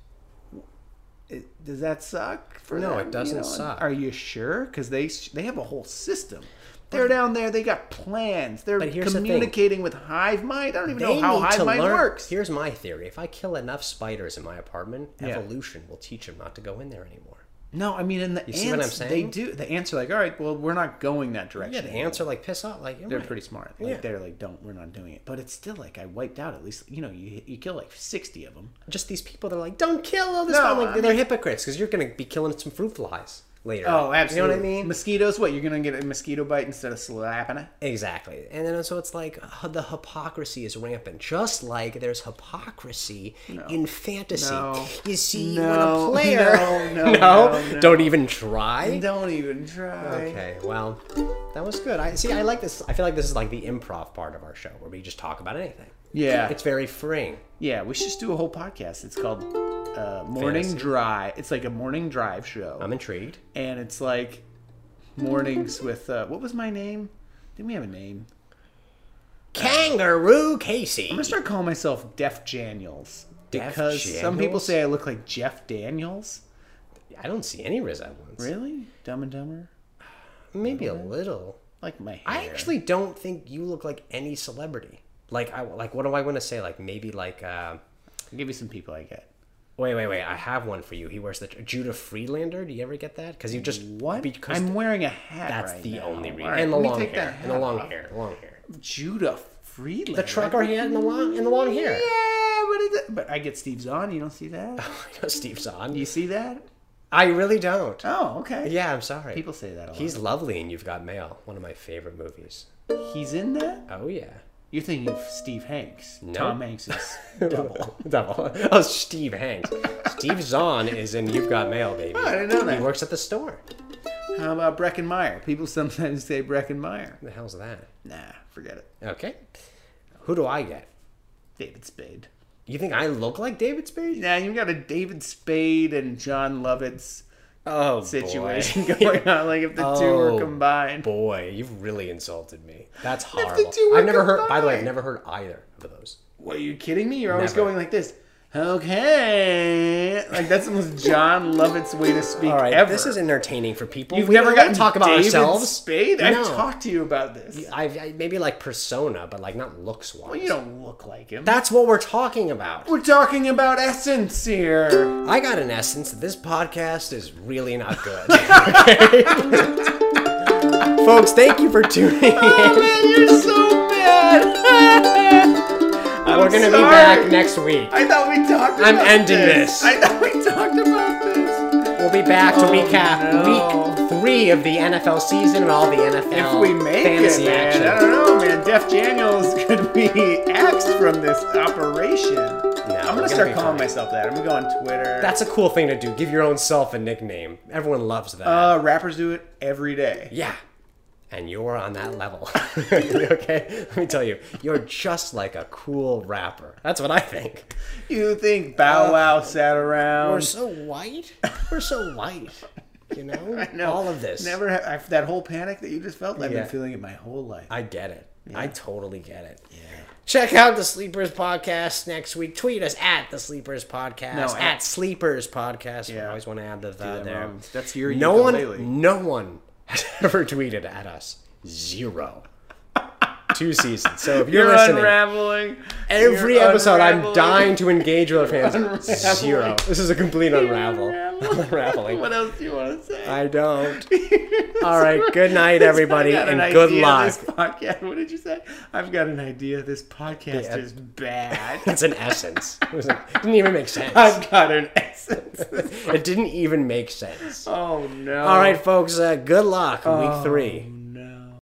[SPEAKER 1] It, does that suck? For
[SPEAKER 2] No,
[SPEAKER 1] them?
[SPEAKER 2] it
[SPEAKER 1] You
[SPEAKER 2] doesn't
[SPEAKER 1] know,
[SPEAKER 2] suck.
[SPEAKER 1] Are you sure? Because they s- they have a whole system. They're down there. They got plans. They're
[SPEAKER 2] But here's the thing.
[SPEAKER 1] communicating with hive mind. I don't even
[SPEAKER 2] They
[SPEAKER 1] know how
[SPEAKER 2] need
[SPEAKER 1] hive
[SPEAKER 2] to
[SPEAKER 1] mind
[SPEAKER 2] learn.
[SPEAKER 1] works.
[SPEAKER 2] Here's my theory: if I kill enough spiders in my apartment,
[SPEAKER 1] Yeah.
[SPEAKER 2] evolution will teach them not to go in there anymore.
[SPEAKER 1] No, I mean, and the
[SPEAKER 2] see what I'm
[SPEAKER 1] ants. They
[SPEAKER 2] saying?
[SPEAKER 1] do. The ants are like, all right, well, we're not going that direction.
[SPEAKER 2] Yeah, the
[SPEAKER 1] anymore."
[SPEAKER 2] ants are like piss off. Like you're
[SPEAKER 1] they're
[SPEAKER 2] right.
[SPEAKER 1] pretty smart. Like
[SPEAKER 2] Yeah.
[SPEAKER 1] they're like, don't, we're not doing it. But it's still like I wiped out at least, you know, you you kill like sixty of them.
[SPEAKER 2] Just these people. They're like, don't kill all this.
[SPEAKER 1] No,
[SPEAKER 2] No, like,
[SPEAKER 1] I
[SPEAKER 2] they're hypocrites because you're gonna be killing some fruit flies later.
[SPEAKER 1] Oh,
[SPEAKER 2] You know what I mean?
[SPEAKER 1] Mosquitoes, what you're gonna get a mosquito bite instead of slapping it?
[SPEAKER 2] Exactly. And then so it's like uh, the hypocrisy is rampant, just like there's hypocrisy in fantasy.
[SPEAKER 1] No.
[SPEAKER 2] You see,
[SPEAKER 1] No. (laughs)
[SPEAKER 2] when a player.
[SPEAKER 1] No,
[SPEAKER 2] (laughs)
[SPEAKER 1] no, no, no.
[SPEAKER 2] Don't even try.
[SPEAKER 1] Don't even try.
[SPEAKER 2] Okay, well, that was good. I See, I like this. I feel like this is like the improv part of our show where we just talk about anything.
[SPEAKER 1] Yeah,
[SPEAKER 2] It's very freeing.
[SPEAKER 1] yeah. We should just do a whole podcast. It's called uh, Morning
[SPEAKER 2] Fantasy.
[SPEAKER 1] Drive. It's like a morning drive show,
[SPEAKER 2] I'm intrigued.
[SPEAKER 1] and it's like mornings with uh, what was my name? Didn't we have a name?
[SPEAKER 2] Kangaroo Casey.
[SPEAKER 1] I'm gonna start calling myself Def Daniels
[SPEAKER 2] Def
[SPEAKER 1] because some people
[SPEAKER 2] Janiels?
[SPEAKER 1] say I look like Jeff Daniels.
[SPEAKER 2] I don't see any resemblance.
[SPEAKER 1] Really? Dumb and Dumber?
[SPEAKER 2] Maybe a little.
[SPEAKER 1] Like my hair.
[SPEAKER 2] I actually don't think you look like any celebrity. Like, I like. What do I want to say? Like maybe like. Uh,
[SPEAKER 1] I'll give you some people I get.
[SPEAKER 2] Wait, wait, wait! I have one for you. He wears the Judah Freelander. Do you ever get that? Because you just
[SPEAKER 1] What?
[SPEAKER 2] Because
[SPEAKER 1] I'm wearing a hat.
[SPEAKER 2] that's
[SPEAKER 1] right
[SPEAKER 2] the
[SPEAKER 1] now.
[SPEAKER 2] only reason.
[SPEAKER 1] All right,
[SPEAKER 2] and the
[SPEAKER 1] let me
[SPEAKER 2] long
[SPEAKER 1] take that
[SPEAKER 2] hair. And the
[SPEAKER 1] hat
[SPEAKER 2] long
[SPEAKER 1] off.
[SPEAKER 2] hair. Long hair.
[SPEAKER 1] Judah Friedlander.
[SPEAKER 2] The trucker he had in the long in the long hair.
[SPEAKER 1] Yeah, but it, but I get Steve's on. You don't see that?
[SPEAKER 2] (laughs) I know Steve's on.
[SPEAKER 1] You see that?
[SPEAKER 2] I really don't.
[SPEAKER 1] Oh, okay.
[SPEAKER 2] Yeah, I'm sorry.
[SPEAKER 1] People say that a lot.
[SPEAKER 2] He's lovely, and you've got mail. One of my favorite movies.
[SPEAKER 1] He's in that?
[SPEAKER 2] Oh (laughs) yeah.
[SPEAKER 1] You're thinking of Steve Hanks.
[SPEAKER 2] No.
[SPEAKER 1] Tom Hanks is
[SPEAKER 2] (laughs)
[SPEAKER 1] double.
[SPEAKER 2] Double. (laughs) Oh, Steve Hanks. Steve Zahn is in You've Got Mail, baby.
[SPEAKER 1] I didn't know
[SPEAKER 2] He
[SPEAKER 1] that.
[SPEAKER 2] works at the store.
[SPEAKER 1] How about Breckenmeyer? People sometimes say Breckenmeyer.
[SPEAKER 2] What the hell's that?
[SPEAKER 1] Nah, forget it.
[SPEAKER 2] Okay. Who do I get?
[SPEAKER 1] David Spade.
[SPEAKER 2] You think I look like David Spade?
[SPEAKER 1] Now you've got a David Spade and John Lovitz
[SPEAKER 2] Oh, (laughs)
[SPEAKER 1] situation (laughs)
[SPEAKER 2] boy.
[SPEAKER 1] going on. Like if the two
[SPEAKER 2] Oh,
[SPEAKER 1] were combined.
[SPEAKER 2] Boy, you've really insulted me. That's horrible.
[SPEAKER 1] two were
[SPEAKER 2] I've never heard. By the way, I've
[SPEAKER 1] combined.
[SPEAKER 2] never heard either of those.
[SPEAKER 1] What are you kidding me? You're always
[SPEAKER 2] Never.
[SPEAKER 1] going like this. Okay, like that's the most John Lovitz way to speak
[SPEAKER 2] All right,
[SPEAKER 1] ever.
[SPEAKER 2] this is entertaining for people.
[SPEAKER 1] You've
[SPEAKER 2] We
[SPEAKER 1] never
[SPEAKER 2] don't
[SPEAKER 1] gotten
[SPEAKER 2] talk about
[SPEAKER 1] David
[SPEAKER 2] ourselves.
[SPEAKER 1] Spade.
[SPEAKER 2] No.
[SPEAKER 1] I've talked to you about this.
[SPEAKER 2] I've, I maybe like persona, but like not looks wise.
[SPEAKER 1] Well, you don't look like him.
[SPEAKER 2] That's what we're talking about.
[SPEAKER 1] We're talking about essence
[SPEAKER 2] (laughs)
[SPEAKER 1] here.
[SPEAKER 2] I got an essence. that This podcast is really
[SPEAKER 1] (laughs)
[SPEAKER 2] not good. (laughs) Folks, thank you for tuning in.
[SPEAKER 1] man, you're so bad. I'm
[SPEAKER 2] we're gonna be
[SPEAKER 1] sorry.
[SPEAKER 2] back next week.
[SPEAKER 1] I thought we talked. About
[SPEAKER 2] I'm ending this.
[SPEAKER 1] I thought we talked about this.
[SPEAKER 2] We'll be back to
[SPEAKER 1] Oh,
[SPEAKER 2] recap
[SPEAKER 1] no.
[SPEAKER 2] week three of the NFL season and all the NFL
[SPEAKER 1] If we make
[SPEAKER 2] fantasy
[SPEAKER 1] it, man,
[SPEAKER 2] action.
[SPEAKER 1] I don't know, man. Def Daniels (laughs) could be axed from this operation. I'm
[SPEAKER 2] we're gonna
[SPEAKER 1] gonna start
[SPEAKER 2] be
[SPEAKER 1] calling
[SPEAKER 2] fine.
[SPEAKER 1] myself that. I'm gonna go on Twitter.
[SPEAKER 2] That's a cool thing to do. Give your own self a nickname. Everyone loves that.
[SPEAKER 1] uh, rappers do it every day.
[SPEAKER 2] yeah. And you're on that (laughs) level. okay? Let me tell you, you're just like a cool rapper. That's what I think.
[SPEAKER 1] You think Bow Wow sat around?
[SPEAKER 2] Uh, We're so white. We're so white. You (laughs) know?
[SPEAKER 1] No,
[SPEAKER 2] All of this.
[SPEAKER 1] Never ha- I, that whole panic that you just felt. I've
[SPEAKER 2] Yeah.
[SPEAKER 1] been feeling it my whole life.
[SPEAKER 2] I get it. I totally get it. Yeah. Check out the Sleepers Podcast next week. Tweet us at the Sleepers Podcast.
[SPEAKER 1] No,
[SPEAKER 2] at,
[SPEAKER 1] at-
[SPEAKER 2] Sleepers Podcast. I
[SPEAKER 1] Yeah.
[SPEAKER 2] always want to add the the
[SPEAKER 1] that
[SPEAKER 2] there.
[SPEAKER 1] wrong. That's your
[SPEAKER 2] no
[SPEAKER 1] ukulele.
[SPEAKER 2] one. No one (laughs) has ever tweeted at us. (laughs) Zero. Two seasons. So if you're,
[SPEAKER 1] You're
[SPEAKER 2] listening,
[SPEAKER 1] unraveling.
[SPEAKER 2] every
[SPEAKER 1] You're
[SPEAKER 2] episode I'm
[SPEAKER 1] unraveling.
[SPEAKER 2] dying to engage with our fans.
[SPEAKER 1] Unraveling.
[SPEAKER 2] Zero. This is a complete unravel.
[SPEAKER 1] unraveling.
[SPEAKER 2] (laughs)
[SPEAKER 1] (laughs)
[SPEAKER 2] Unraveling.
[SPEAKER 1] What else do you want to say? (laughs)
[SPEAKER 2] I don't. All right. Good night, everybody,
[SPEAKER 1] I've got
[SPEAKER 2] and
[SPEAKER 1] an
[SPEAKER 2] good
[SPEAKER 1] idea
[SPEAKER 2] luck.
[SPEAKER 1] This podcast. (laughs) What did you say? I've got an idea. This podcast
[SPEAKER 2] Yeah.
[SPEAKER 1] is
[SPEAKER 2] (laughs)
[SPEAKER 1] bad.
[SPEAKER 2] That's an essence. It was like, didn't even make sense. (laughs)
[SPEAKER 1] I've got an essence.
[SPEAKER 2] It didn't even make sense.
[SPEAKER 1] Oh no! Oh.
[SPEAKER 2] All right, folks. Uh, good luck, on week three.